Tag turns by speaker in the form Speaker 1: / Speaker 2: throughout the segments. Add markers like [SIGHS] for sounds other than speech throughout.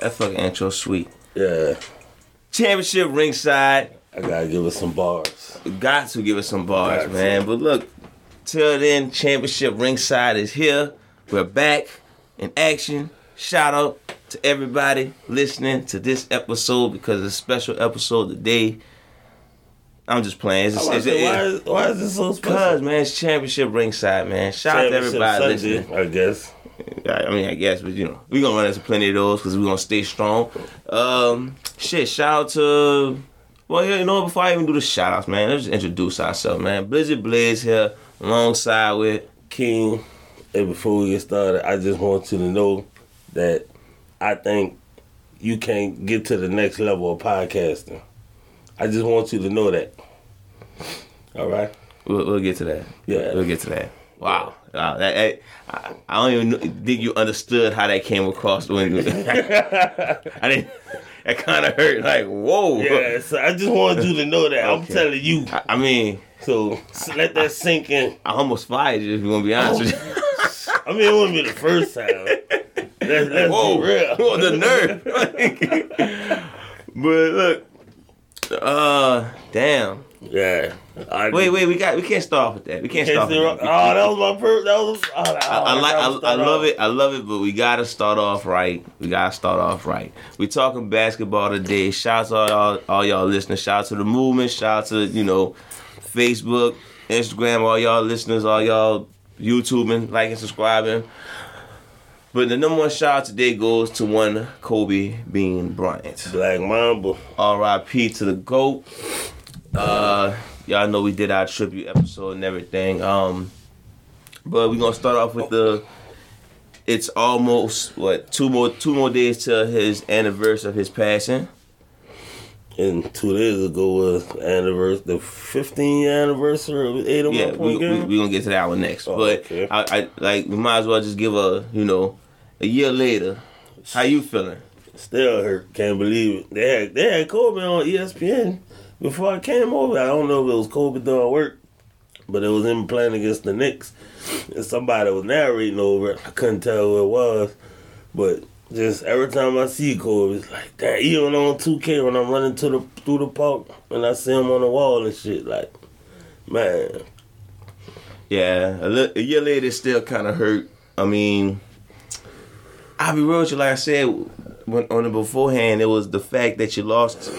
Speaker 1: motherfucking intro sweet.
Speaker 2: Yeah,
Speaker 1: Championship ringside.
Speaker 2: I gotta give it some bars.
Speaker 1: Got to give it some bars,
Speaker 2: Got to.
Speaker 1: man. But look, till then, championship ringside is here. We're back in action. Shout out to everybody listening to this episode because it's a special episode today. I'm just playing. It's,
Speaker 2: I'm
Speaker 1: it's,
Speaker 2: about to
Speaker 1: it's,
Speaker 2: say, why, is, why is this so
Speaker 1: Cause
Speaker 2: special?
Speaker 1: man, it's championship ringside, man. Shout out to
Speaker 2: Championship
Speaker 1: everybody
Speaker 2: Sunday,
Speaker 1: listening.
Speaker 2: I guess.
Speaker 1: I I mean, I guess, but you know, we gonna run into plenty of those because we gonna stay strong. Um, shit, shout out to. Well, yeah, you know, what, before I even do the shout outs, man, let's just introduce ourselves, man. Blizzard Blizz here, alongside with.
Speaker 2: King, and before we get started, I just want you to know that I think you can't get to the next level of podcasting. I just want you to know that. All right?
Speaker 1: We'll, we'll get to that.
Speaker 2: Yeah.
Speaker 1: We'll get to that. Wow. Wow, that, that- I, I don't even know- think you understood how that came across when. [LAUGHS] I didn't. That kind of hurt. Like, whoa.
Speaker 2: Yeah, so I just wanted you to know that. I'm
Speaker 1: Okay.
Speaker 2: telling you.
Speaker 1: I, I mean,
Speaker 2: So s- let that sink in.
Speaker 1: I almost fired you if you want to be
Speaker 2: Oh.
Speaker 1: honest with you.
Speaker 2: I mean, it wouldn't be the first time. Let's, let's
Speaker 1: Whoa,
Speaker 2: be real.
Speaker 1: whoa, the nerve. [LAUGHS] but look, uh, damn.
Speaker 2: Yeah. I,
Speaker 1: Wait, wait, we got. We can't start off with that. We can't
Speaker 2: Can't
Speaker 1: start.
Speaker 2: see wrong-
Speaker 1: Off
Speaker 2: Oh,
Speaker 1: with that.
Speaker 2: that was my first. That was. Oh,
Speaker 1: I like. I, I love it. I love it. But we gotta start off right. We gotta start off right. We talking basketball today. Shout out to all y'all, all y'all listeners. Shout out to the movement. Shout out to you know, Facebook, Instagram. All y'all listeners. All y'all YouTubing, liking, subscribing. But the number one shout out today goes to one Kobe Bean Bryant.
Speaker 2: Black Mamba.
Speaker 1: R.I.P. to the GOAT. Uh, y'all know we did our tribute episode and everything. Um, but we're gonna start off with the. It's almost what two more two more days till his anniversary of his passing.
Speaker 2: And two days ago was anniversary, the 15th anniversary of eight of
Speaker 1: Yeah,
Speaker 2: my
Speaker 1: we
Speaker 2: point
Speaker 1: we,
Speaker 2: game.
Speaker 1: we gonna get to that one next.
Speaker 2: Oh,
Speaker 1: but
Speaker 2: okay.
Speaker 1: I, I like we might as well just give a you know a year later. How you feeling?
Speaker 2: Still hurt. Can't believe it. They had they had Kobe on E ESPN before I came over. I don't know if it was Kobe doing work, but it was him playing against the Knicks, and somebody was narrating over it. I couldn't tell who it was, but just every time I see Kobe, it's like that. Even on two K when I'm running to the through the park and I see him on the wall and shit, like man,
Speaker 1: Yeah, a, li- a year later, it still kind of hurt. I mean, I'll be real with you. Like I said, when, on the beforehand, it was the fact that you lost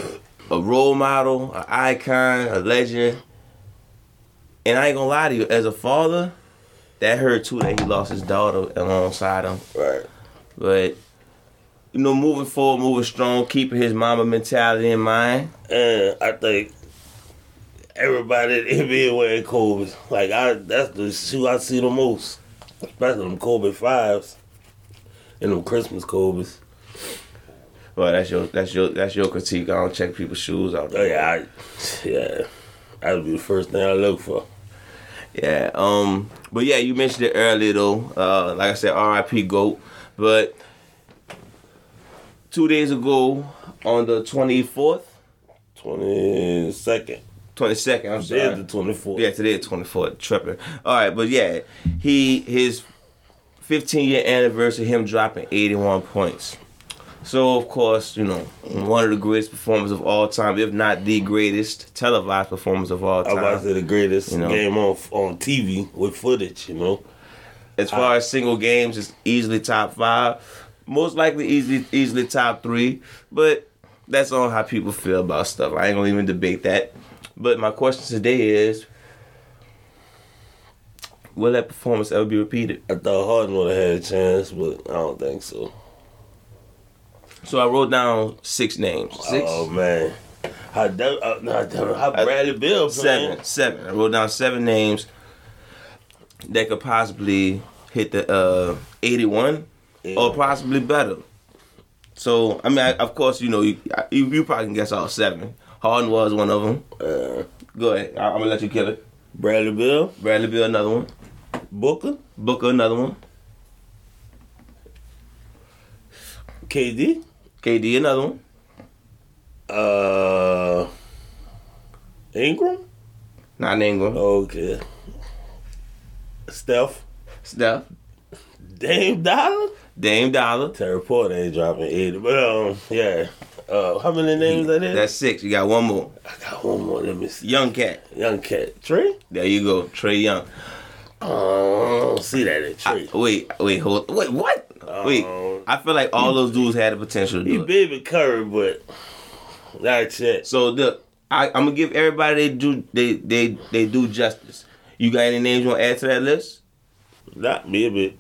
Speaker 1: a role model, an icon, a legend. And I ain't gonna lie to you, as a father, that hurt too that he lost his daughter alongside him.
Speaker 2: right.
Speaker 1: But you know, moving forward, moving strong, keeping his mama mentality in mind.
Speaker 2: And I think everybody in the NBA wearing Kobe's. Like I, that's the shoe I see the most, especially them Kobe fives and them Christmas Kobe's.
Speaker 1: Well, that's your that's your that's your critique. I don't check people's shoes out.
Speaker 2: Oh yeah, I, yeah, that'd be the first thing I look for.
Speaker 1: Yeah. Um. But yeah, you mentioned it earlier though. Uh, like I said, R.I.P. Goat. But two days ago, on the twenty fourth,
Speaker 2: Twenty second,
Speaker 1: twenty second. I'm
Speaker 2: there's the
Speaker 1: sorry.
Speaker 2: twenty fourth.
Speaker 1: Yeah, today is twenty fourth. Tripping. All right, but yeah, he his fifteen year anniversary. Him dropping eighty one points. So of course, you know, one of the greatest performers of all time, if not the greatest televised performance of all
Speaker 2: I
Speaker 1: time.
Speaker 2: watched the greatest
Speaker 1: You know.
Speaker 2: game on on TV with footage. You know,
Speaker 1: As far as single games, it's easily top five. Most likely, easily easily top three. But that's on how people feel about stuff. I ain't gonna even debate that. But my question today is, will that performance ever be repeated?
Speaker 2: I thought Harden would have had a chance, but I don't think so.
Speaker 1: So I wrote down six names. Six,
Speaker 2: Oh man, how, Dev- uh, not Devin- how Bradley Bill playing?
Speaker 1: seven, seven. I wrote down seven names that could possibly hit the uh, eighty-one.
Speaker 2: Yeah.
Speaker 1: or possibly better. So I mean, I, of course, you know, you, I- you you probably can guess all seven. Harden was one of them.
Speaker 2: Uh,
Speaker 1: Go ahead, I, am gonna let you kill it.
Speaker 2: Bradley Bill,
Speaker 1: Bradley Bill, another one.
Speaker 2: Booker,
Speaker 1: Booker, another one.
Speaker 2: KD,
Speaker 1: KD, another one.
Speaker 2: uh, Ingram.
Speaker 1: Not named one.
Speaker 2: Okay. Steph,
Speaker 1: Steph,
Speaker 2: Dame Dollar?
Speaker 1: Dame Dollar.
Speaker 2: Terry Porter ain't dropping either. But um, yeah. Uh, how many names are there?
Speaker 1: That's six. You got one more.
Speaker 2: I got one more. Let me see.
Speaker 1: Young Cat.
Speaker 2: Young Cat. Tree?
Speaker 1: There you go. Trey Young.
Speaker 2: Oh, I don't see that at Tree.
Speaker 1: Wait, wait, hold. Wait, what? Wait.
Speaker 2: Um,
Speaker 1: I feel like all those dudes had the potential to
Speaker 2: he
Speaker 1: do it.
Speaker 2: baby Curry, but that's it.
Speaker 1: So look, I, I'm gonna give everybody they do they they they do justice. You got any names you want to add to that list?
Speaker 2: Not maybe.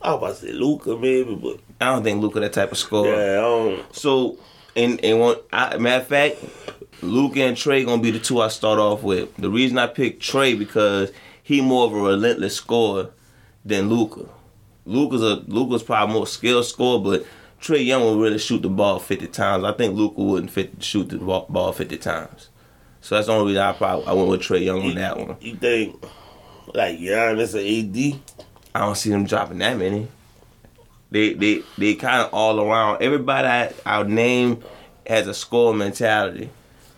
Speaker 2: I was about to say Luca maybe, but
Speaker 1: I don't think Luca that type of scorer.
Speaker 2: yeah, I don't.
Speaker 1: So, and and one I, matter of fact, Luca and Trey gonna be the two I start off with. The reason I picked Trey because he more of a relentless scorer than Luca. Luca's a Luca's probably more skilled scorer, but Trey Young will really shoot the ball fifty times. I think Luca wouldn't fit, shoot the ball, ball fifty times. So that's the only reason I probably I went with Trey Young on that one.
Speaker 2: You think like Giannis or AD?
Speaker 1: I don't see them dropping that many. They they they kind of all around. Everybody I, our name has a score mentality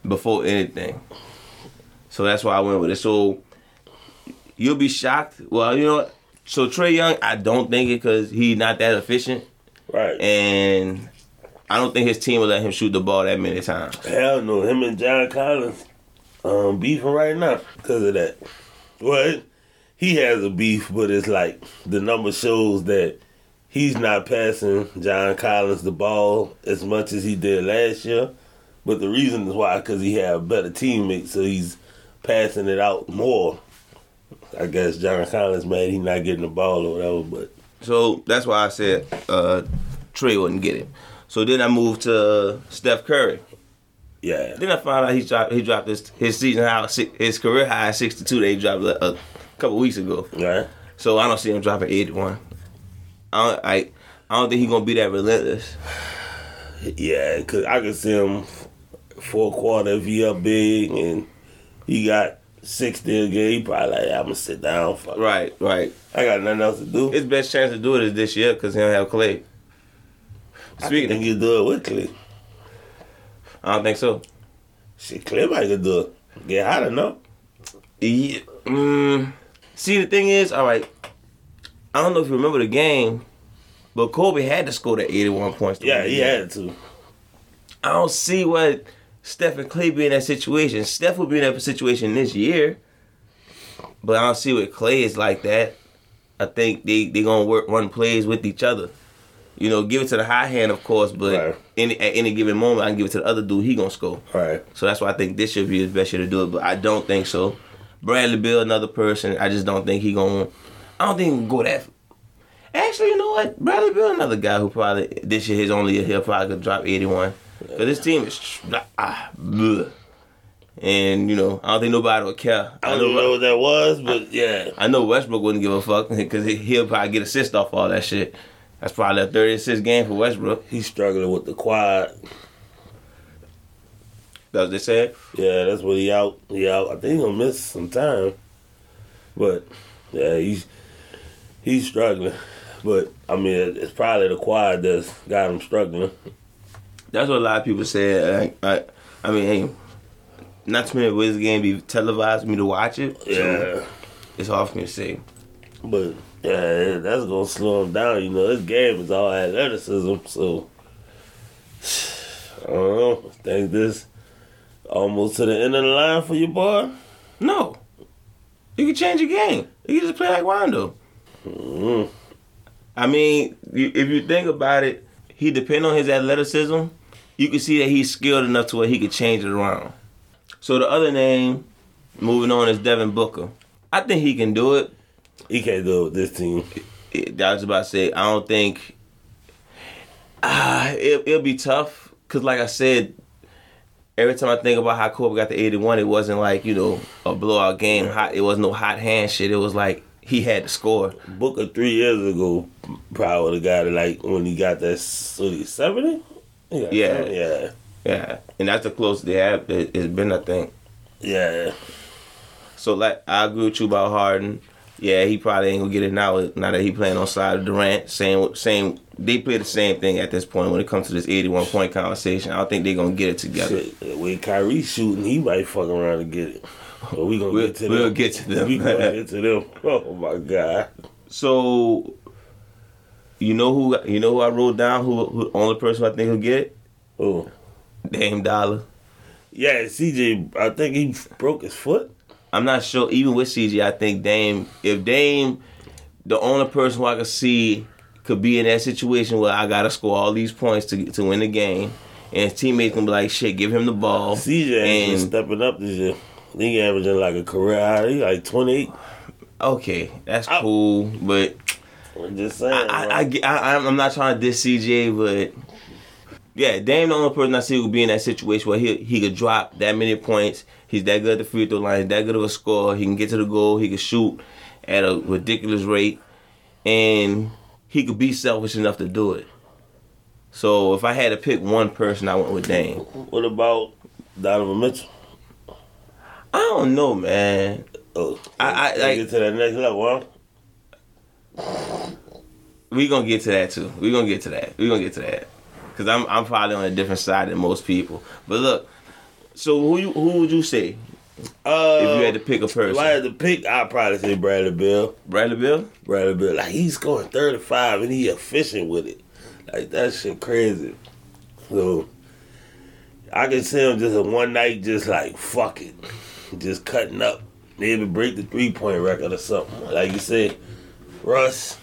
Speaker 1: before anything. So that's why I went with it. So you'll be shocked. Well, you know what? So Trey Young, I don't think it because he's not that efficient,
Speaker 2: Right.
Speaker 1: and I don't think his team will let him shoot the ball that many times.
Speaker 2: Hell no, him and John Collins um, beefing right now because of that. Well, he has a beef, but it's like the number shows that he's not passing John Collins the ball as much as he did last year. But the reason is why because he had a better teammate, so he's passing it out more. I guess John Collins mad he not getting the ball or whatever, but
Speaker 1: So that's why I said uh, Trey wouldn't get it. So then I moved to Steph Curry.
Speaker 2: yeah.
Speaker 1: Then I found out he dropped he dropped his his season high si- his career high sixty two. They dropped a, a couple weeks ago,
Speaker 2: Right?
Speaker 1: so I don't see him dropping eighty one. I don't, I I don't think he's gonna be that relentless.
Speaker 2: Yeah, cause I can see him four quarter if he up big and he got sixty a game. He probably like I'm gonna sit down. Fuck. it.
Speaker 1: Right, right.
Speaker 2: I got nothing else to do.
Speaker 1: His best chance to do it is this year because he don't have Clay.
Speaker 2: I think
Speaker 1: Speaking,
Speaker 2: you do it with Clay.
Speaker 1: I don't think so.
Speaker 2: Shit, Clay might could do it. Get hot enough.
Speaker 1: Yeah. Mm, see, the thing is, all right. I don't know if you remember the game, but Kobe had to score the eighty one points. to win
Speaker 2: Yeah,
Speaker 1: the
Speaker 2: he
Speaker 1: game.
Speaker 2: had to.
Speaker 1: I don't see why Steph and Clay be in that situation. Steph would be in that situation this year, but I don't see what Clay is like that. I think they they gonna work run plays with each other. You know, give it to the high hand, of course, but
Speaker 2: Right.
Speaker 1: any, at any given moment, I can give it to the other dude. He gonna score.
Speaker 2: All right.
Speaker 1: So that's why I think this should be his best year to do it. But I don't think so. Bradley Bill, another person. I just don't think he gonna. I don't think he can go that. Actually, you know what? Bradley Bill, another guy who probably this year his only year he'll probably could drop eighty one. But this team is tr- ah, bleh. and you know I don't think nobody would care.
Speaker 2: I don't know what that was, but yeah.
Speaker 1: I know Westbrook wouldn't give a fuck [LAUGHS] because he'll probably get assist off all that shit. That's probably a thirty assist game for Westbrook.
Speaker 2: He's struggling with the quad.
Speaker 1: That's what they said.
Speaker 2: Yeah, that's what he out. He out. I think he'll miss some time, but yeah, he's he's struggling. But I mean, it's probably the quad that's got him struggling.
Speaker 1: That's what a lot of people said. I, I, I mean, hey, not too many Wiz game be televised for me to watch it. so
Speaker 2: Yeah,
Speaker 1: it's hard for me to say.
Speaker 2: but yeah, that's gonna slow him down. You know, this game is all athleticism, so [SIGHS] I don't know. Think this almost to the end of the line for your boy.
Speaker 1: No, you can change your game. You can just play like Rondo.
Speaker 2: Mm,
Speaker 1: I mean, you, if you think about it, he depend on his athleticism. You can see that he's skilled enough to where he could change it around. So the other name, moving on, is Devin Booker. I think he can do it.
Speaker 2: he can't do it with this team.
Speaker 1: it, I was about to say, I don't think uh, it, it'll be tough because, like I said, every time I think about how Kobe got the 81, it wasn't like, you know, a blowout game. Hot, it was no hot hand shit. It was like he had to score.
Speaker 2: Booker three years ago probably would have got it like when he got that seventy.
Speaker 1: Yeah.
Speaker 2: yeah,
Speaker 1: Yeah. And that's the closest they have. It, it's been, I think.
Speaker 2: yeah.
Speaker 1: So, like, I agree with you about Harden. Yeah, he probably ain't gonna get it now. Now that he playing on side of Durant, same, same. They play the same thing at this point when it comes to this eighty-one point conversation. I don't think they're gonna get it together.
Speaker 2: Shit, the way Kyrie shooting, he might fuck around and get it. But we gonna
Speaker 1: We'll-
Speaker 2: get to
Speaker 1: we'll [LAUGHS]
Speaker 2: them.
Speaker 1: get to them.
Speaker 2: We gonna get to them. Oh my god.
Speaker 1: So You know who? You know who I wrote down? Who? who only person I think will get it?
Speaker 2: Oh,
Speaker 1: Dame Dollar.
Speaker 2: yeah, CJ. I think he broke his foot.
Speaker 1: I'm not sure. Even with CG, I think Dame. If Dame, the only person who I could see could be in that situation where I gotta score all these points to to win the game, and his teammates can be like, "Shit, give him the ball."
Speaker 2: CJ ain't
Speaker 1: and
Speaker 2: stepping up this year. He averaging like a career high. He like twenty eight.
Speaker 1: okay, that's
Speaker 2: I-
Speaker 1: cool, but
Speaker 2: I'm just saying.
Speaker 1: I,
Speaker 2: bro.
Speaker 1: I, I, I, I'm- I'm not trying to diss CJ, but yeah, Dame the only person I see who could be in that situation where he he could drop that many points. He's that good at the free throw line. He's that good of a scorer. He can get to the goal. He can shoot at a ridiculous rate, and he could be selfish enough to do it. So if I had to pick one person, I went with Dame.
Speaker 2: what about Donovan Mitchell?
Speaker 1: I don't know, man.
Speaker 2: Oh,
Speaker 1: I- I-
Speaker 2: take
Speaker 1: like-
Speaker 2: it to that next level. Huh?
Speaker 1: We gonna get to that too. We gonna get to that. We gonna get to that. Cause I'm I'm probably on a different side than most people. But look, so who you who would you say
Speaker 2: Uh,
Speaker 1: if you had to pick a
Speaker 2: if I had
Speaker 1: person?
Speaker 2: to pick, I'd probably say Bradley Bill.
Speaker 1: Bradley Bill?
Speaker 2: Bradley Bill, like he's scoring thirty five and he efficient with it. Like that shit crazy. So I can see him just a one night, just like fuck it, just cutting up, maybe break the three point record or something. Like you said, Russ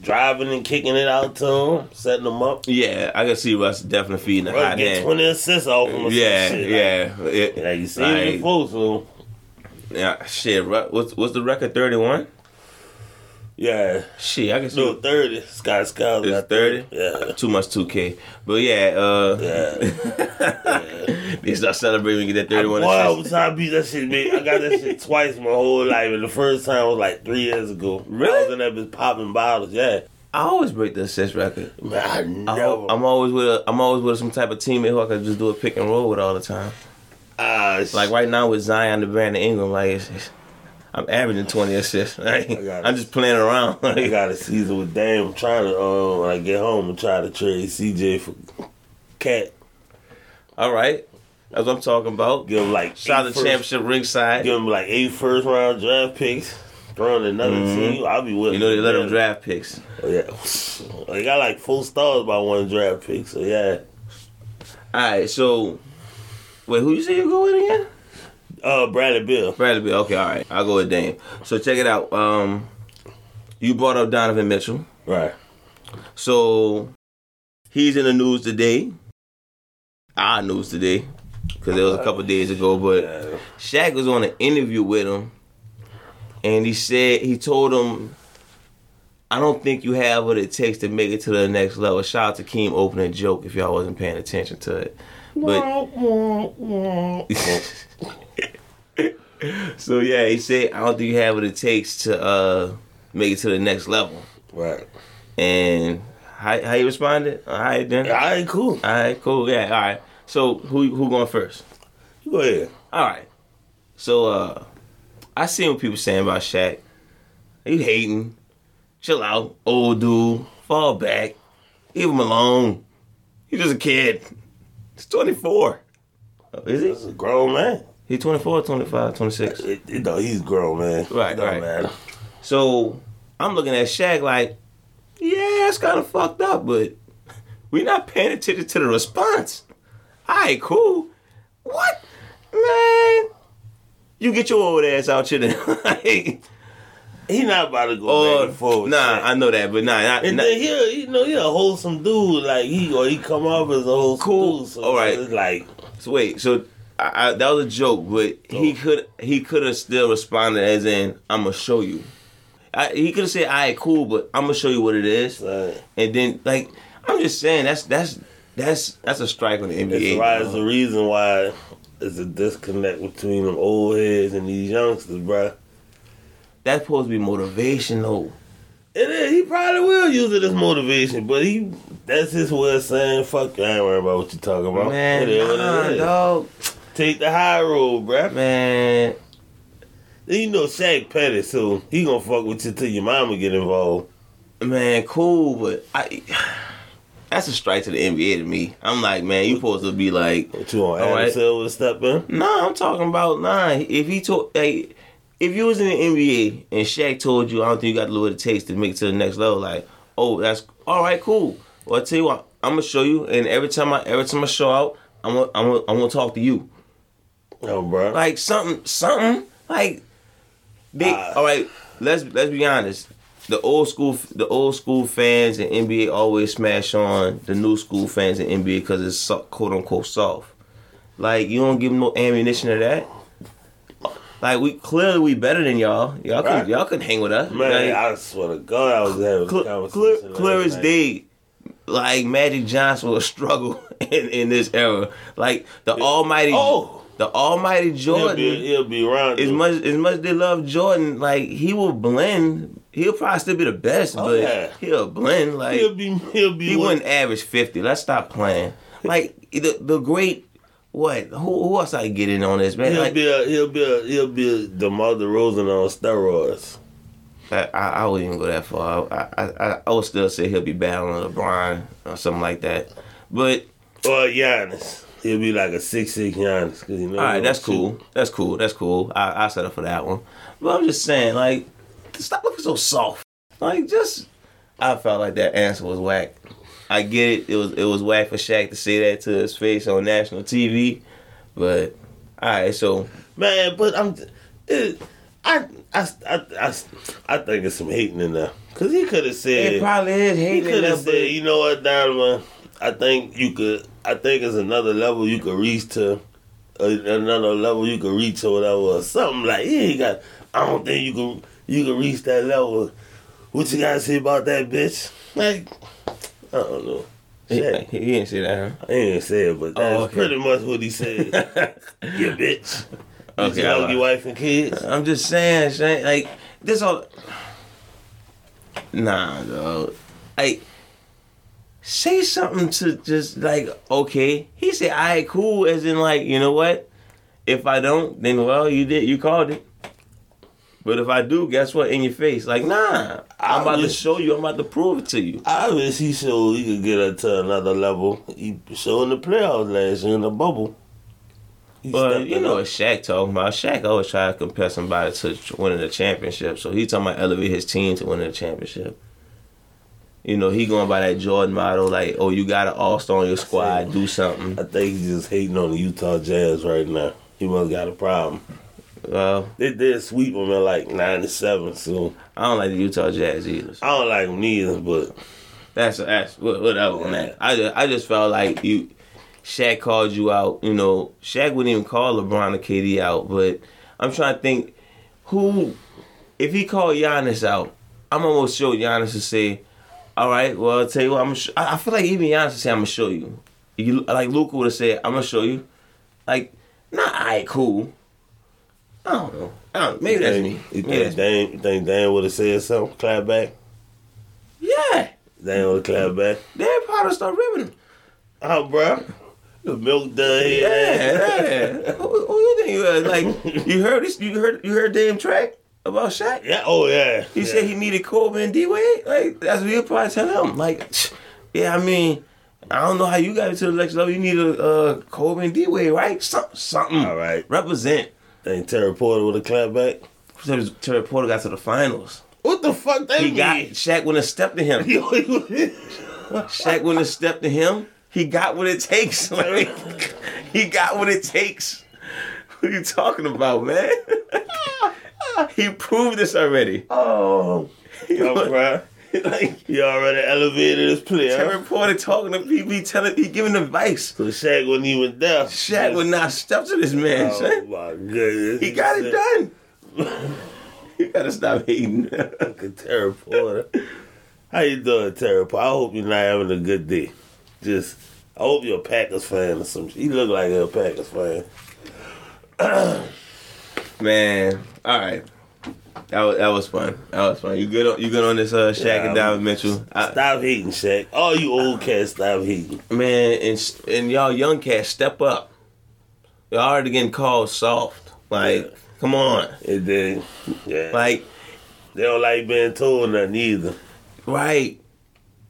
Speaker 2: driving and kicking it out to him, setting him up.
Speaker 1: Yeah, I can see Russ definitely feeding the
Speaker 2: Russ
Speaker 1: hot
Speaker 2: get
Speaker 1: hand.
Speaker 2: twenty assists off him. Or
Speaker 1: Yeah,
Speaker 2: some shit.
Speaker 1: yeah,
Speaker 2: Like,
Speaker 1: yeah.
Speaker 2: like you seen
Speaker 1: Like-
Speaker 2: it before, so
Speaker 1: yeah. Shit, Ru- what's what's the record? Thirty one.
Speaker 2: yeah.
Speaker 1: Shit, I can see
Speaker 2: No, thirty. Scott Scott
Speaker 1: it's thirty.
Speaker 2: Yeah.
Speaker 1: Too much two K. But yeah, uh,
Speaker 2: Yeah.
Speaker 1: [LAUGHS] they start celebrating when we get that thirty one.
Speaker 2: Boy, I was trying to beat that shit, man. I got that shit twice my whole life, and the first time was like three years ago.
Speaker 1: Really?
Speaker 2: I was in there just popping bottles, yeah.
Speaker 1: I always break the assist record.
Speaker 2: Man, I
Speaker 1: I
Speaker 2: never.
Speaker 1: am always with a, Oh, I'm always with some type of teammate who I could just do a pick and roll with all the time.
Speaker 2: ah,
Speaker 1: Like
Speaker 2: shit.
Speaker 1: right now with Zion the Brandon Ingram, like it's, it's, I'm averaging 20 assists. [LAUGHS] Like,
Speaker 2: got
Speaker 1: I'm
Speaker 2: it.
Speaker 1: just playing around.
Speaker 2: I
Speaker 1: Like,
Speaker 2: got a season with Dame. I'm trying to, uh, when I get home, and try to trade CJ for Cat.
Speaker 1: all right, that's what I'm talking about.
Speaker 2: Give him like
Speaker 1: Shout out
Speaker 2: eight
Speaker 1: to
Speaker 2: first-
Speaker 1: championship ringside.
Speaker 2: Give him like eight first round draft picks. Throwing another team, I'll be
Speaker 1: Mm-hmm.
Speaker 2: with
Speaker 1: You know they let them
Speaker 2: yeah.
Speaker 1: draft picks.
Speaker 2: Yeah, they got like four stars by one draft pick. So yeah,
Speaker 1: All right, so wait, who you say you go with again?
Speaker 2: uh, Bradley Bill.
Speaker 1: Bradley Bill. Okay, all right, I'll go with Dame. So check it out. Um, you brought up Donovan Mitchell.
Speaker 2: Right.
Speaker 1: So he's in the news today. Our news today, because it was a couple days ago. But
Speaker 2: Yeah.
Speaker 1: Shaq was on an interview with him, and he said he told him, "I don't think you have what it takes to make it to the next level." Shout out to Keem opening joke if y'all wasn't paying attention to it. But [LAUGHS] so yeah, he said, "I don't think you have what it takes to uh, make it to the next level."
Speaker 2: right.
Speaker 1: And how how you responded? All right then.
Speaker 2: All right, cool.
Speaker 1: All right, cool. Yeah, all right. So who who going first?
Speaker 2: You Go ahead.
Speaker 1: All right. So uh I see what people saying about Shaq. He hating. Chill out, old dude. Fall back. Leave him alone. He's just a kid. He's 24. Oh, Is
Speaker 2: He's a grown man.
Speaker 1: he? He 24, 25, 26.
Speaker 2: It, it, no, he's grown man.
Speaker 1: Right,
Speaker 2: Don't
Speaker 1: right.
Speaker 2: matter.
Speaker 1: So I'm looking at Shaq like, yeah, it's kind of fucked up, but [LAUGHS] we not paying attention to the response. All right, cool. What? Man, you get your old ass out here then. [LAUGHS] like,
Speaker 2: He not about to go back
Speaker 1: or,
Speaker 2: and forth.
Speaker 1: Oh, nah,
Speaker 2: man.
Speaker 1: I know that, but nah, not,
Speaker 2: and
Speaker 1: not-
Speaker 2: then he, you know, he a wholesome dude. Like he, or he come off as a wholesome
Speaker 1: Cool.
Speaker 2: dude. So
Speaker 1: All right.
Speaker 2: It's like
Speaker 1: so wait, so I, I, that was a joke, but he
Speaker 2: Oh.
Speaker 1: could he could have still responded as in, I'ma show you. I, he could have said, all right, cool, but I'ma show you what it is.
Speaker 2: son,
Speaker 1: And then like I'm just saying that's that's that's that's a strike on the
Speaker 2: it's
Speaker 1: NBA.
Speaker 2: why
Speaker 1: bro.
Speaker 2: it's the reason why there's a disconnect between them old heads and these youngsters, bruh.
Speaker 1: That's supposed to be motivation though.
Speaker 2: It is. He probably will use it as motivation, but he that's his way of saying, "Fuck, you, I ain't worry about what you talking about."
Speaker 1: Man,
Speaker 2: it is what it
Speaker 1: nah,
Speaker 2: is.
Speaker 1: dog.
Speaker 2: Take the high road, bruh.
Speaker 1: Man,
Speaker 2: Then you know Shaq Petty, so he gonna fuck with you till your mama get involved.
Speaker 1: man, cool, but I [SIGHS] that's a strike to the NBA to me. I'm like, man, you supposed to be like,
Speaker 2: What you want, Adam
Speaker 1: All right.
Speaker 2: Silver to step in?
Speaker 1: nah, I'm talking about nah. If he told like if you was in the NBA and Shaq told you, I don't think you got the what it takes to make it to the next level, like, Oh, that's all right, cool. Well, I tell you what, I'm gonna show you, and every time I every time I show out, I'm gonna I'm gonna, I'm gonna talk to you.
Speaker 2: Oh, bro.
Speaker 1: Like something something like they.
Speaker 2: Ah.
Speaker 1: all right, let's let's be honest. The old school the old school fans in NBA always smash on the new school fans in NBA because it's so, quote unquote soft. Like you don't give them no ammunition to that. Like we clearly we better than y'all. Y'all can
Speaker 2: Right.
Speaker 1: y'all can hang with us.
Speaker 2: Man,
Speaker 1: Like,
Speaker 2: I swear to God, I was having a
Speaker 1: cl- clear,
Speaker 2: conversation.
Speaker 1: clear
Speaker 2: last
Speaker 1: as
Speaker 2: night.
Speaker 1: day. Like Magic Johnson will [LAUGHS] struggle in, in this era. Like the Almighty,
Speaker 2: Oh.
Speaker 1: the Almighty
Speaker 2: He'll
Speaker 1: Jordan.
Speaker 2: be, he'll be around.
Speaker 1: as
Speaker 2: dude.
Speaker 1: much as much they love Jordan, like he will blend. He'll probably still be the best,
Speaker 2: Oh,
Speaker 1: but
Speaker 2: yeah.
Speaker 1: he'll blend. Like
Speaker 2: He'll be. He'll be.
Speaker 1: he
Speaker 2: one-
Speaker 1: wouldn't average fifty. Let's stop playing. Like the the great what? Who who else I can get in on this man?
Speaker 2: He'll
Speaker 1: Like
Speaker 2: be a he'll be a he'll be a DeMar DeRozan on steroids.
Speaker 1: I, I I wouldn't even go that far. I I, I I would still say he'll be battling LeBron or something like that. But
Speaker 2: Or Giannis. He'll be like a six six Giannis because he knows.
Speaker 1: all right, that's cool. That's cool. That's cool. I I settle for that one. But I'm just saying, like, stop looking so soft. Like, just I felt like that answer was whack. I get it. It was it was whack for Shaq to say that to his face on national TV. But all right, so
Speaker 2: Man, but I'm. It, I, I, I, I, I think it's some hating in there because he could have said
Speaker 1: it probably is
Speaker 2: He
Speaker 1: hating.
Speaker 2: could have
Speaker 1: that, but-
Speaker 2: said, you know what, Donovan? I think you could. I think it's another level you could reach to, uh, another level you could reach or whatever, or something like. Yeah, you got. I don't think you can. You can reach that level. What you gotta say about that bitch? Like, I don't know. Shit,
Speaker 1: he, he didn't say that. Huh?
Speaker 2: I ain't say it, but that's
Speaker 1: okay.
Speaker 2: pretty much what he said.
Speaker 1: [LAUGHS]
Speaker 2: you bitch. Did
Speaker 1: Okay,
Speaker 2: you
Speaker 1: I
Speaker 2: hug
Speaker 1: lied.
Speaker 2: your wife and kids?
Speaker 1: I'm just saying, Shane, like this all. Nah, dog. Like, say something to just like okay. He said, "I cool," as in like you know what? If I don't, then well, you did, you called it. But if I do, guess what? In your face, like nah. I'm about to
Speaker 2: Obvious.
Speaker 1: show you. I'm about to prove it to you.
Speaker 2: Obviously, he showed he could get her to another level. He showed in the playoffs last year in the bubble. He
Speaker 1: But
Speaker 2: stepped
Speaker 1: you
Speaker 2: it
Speaker 1: know
Speaker 2: up.
Speaker 1: what Shaq talking about? Shaq always try to compare somebody to winning a championship. So he talking about elevate his team to winning a championship. You know, he going by that Jordan model, like, oh, you got an all star on your squad, do something.
Speaker 2: I think he's just hating on the Utah Jazz right now. He must got a problem.
Speaker 1: Well,
Speaker 2: They did sweep him in like '97, so
Speaker 1: I don't like the Utah Jazz either.
Speaker 2: I don't like him neither. But
Speaker 1: That's that's what whatever on that. I just, I just felt like you, Shaq called you out. You know, Shaq wouldn't even call LeBron or KD out. But I'm trying to think who, if he called Giannis out, I'm almost sure Giannis would say, "All right, well, I'll tell you what, I'm. Gonna sh- I I feel like even Giannis would say, "I'm gonna show you." You like Luca would have said, "I'm gonna show you." Like, not all right, cool. I don't know. I don't, maybe that's me.
Speaker 2: You
Speaker 1: Maybe
Speaker 2: think
Speaker 1: that's me.
Speaker 2: Dame? You think Dame would have said something? Clap back.
Speaker 1: Yeah,
Speaker 2: Dame would have clapped back.
Speaker 1: they're probably start ribbing him.
Speaker 2: Oh, bruh. The milk done here.
Speaker 1: Yeah, yeah. [LAUGHS] who, who you think you are? Like you heard this? You heard you heard damn track about Shaq?
Speaker 2: Yeah, Oh yeah.
Speaker 1: He
Speaker 2: yeah.
Speaker 1: said he needed Kobe and D Wade. Like that's what he'll probably tell him. Like, [SNIFFS] yeah, I mean, I don't know how you got to the next level. You need a uh, Kobe and D Wade, right? Some, something.
Speaker 2: All right.
Speaker 1: Represent.
Speaker 2: Think Terry Porter would have clapped back.
Speaker 1: So Terry Porter got to the finals.
Speaker 2: What the fuck? They
Speaker 1: He
Speaker 2: mean?
Speaker 1: got Shaq wouldn't have stepped to him.
Speaker 2: [LAUGHS]
Speaker 1: Shaq wouldn't have stepped to him. He got what it
Speaker 2: [LAUGHS]
Speaker 1: takes. Like, he got what it takes. What are you talking about, man? [LAUGHS] he proved this already. [LAUGHS]
Speaker 2: oh, yo, bruh.
Speaker 1: like
Speaker 2: You already elevated this player.
Speaker 1: Terry Porter talking to people, he telling, he giving advice.
Speaker 2: So Shaq wasn't even there.
Speaker 1: Shaq would not step to this man.
Speaker 2: Oh
Speaker 1: son.
Speaker 2: my goodness.
Speaker 1: He got it done. [LAUGHS] you gotta stop hating. [LAUGHS]
Speaker 2: Fucking Terry Porter. How you doing, Terry Porter? I hope you're not having a good day. Just, I hope you're a Packers fan or some shit. You look like you're a Packers fan.
Speaker 1: man, all right. That was, that was fun. That was fun. You good on you good on this uh, Shaq
Speaker 2: Yeah,
Speaker 1: and Diamond Mitchell? I-
Speaker 2: Stop hating, Shaq. All you old cats, stop hating.
Speaker 1: Man, and and y'all young cats, step up. Y'all already getting called soft. Like,
Speaker 2: Yeah.
Speaker 1: come on.
Speaker 2: And then, yeah.
Speaker 1: Like,
Speaker 2: they don't like being told nothing either.
Speaker 1: right.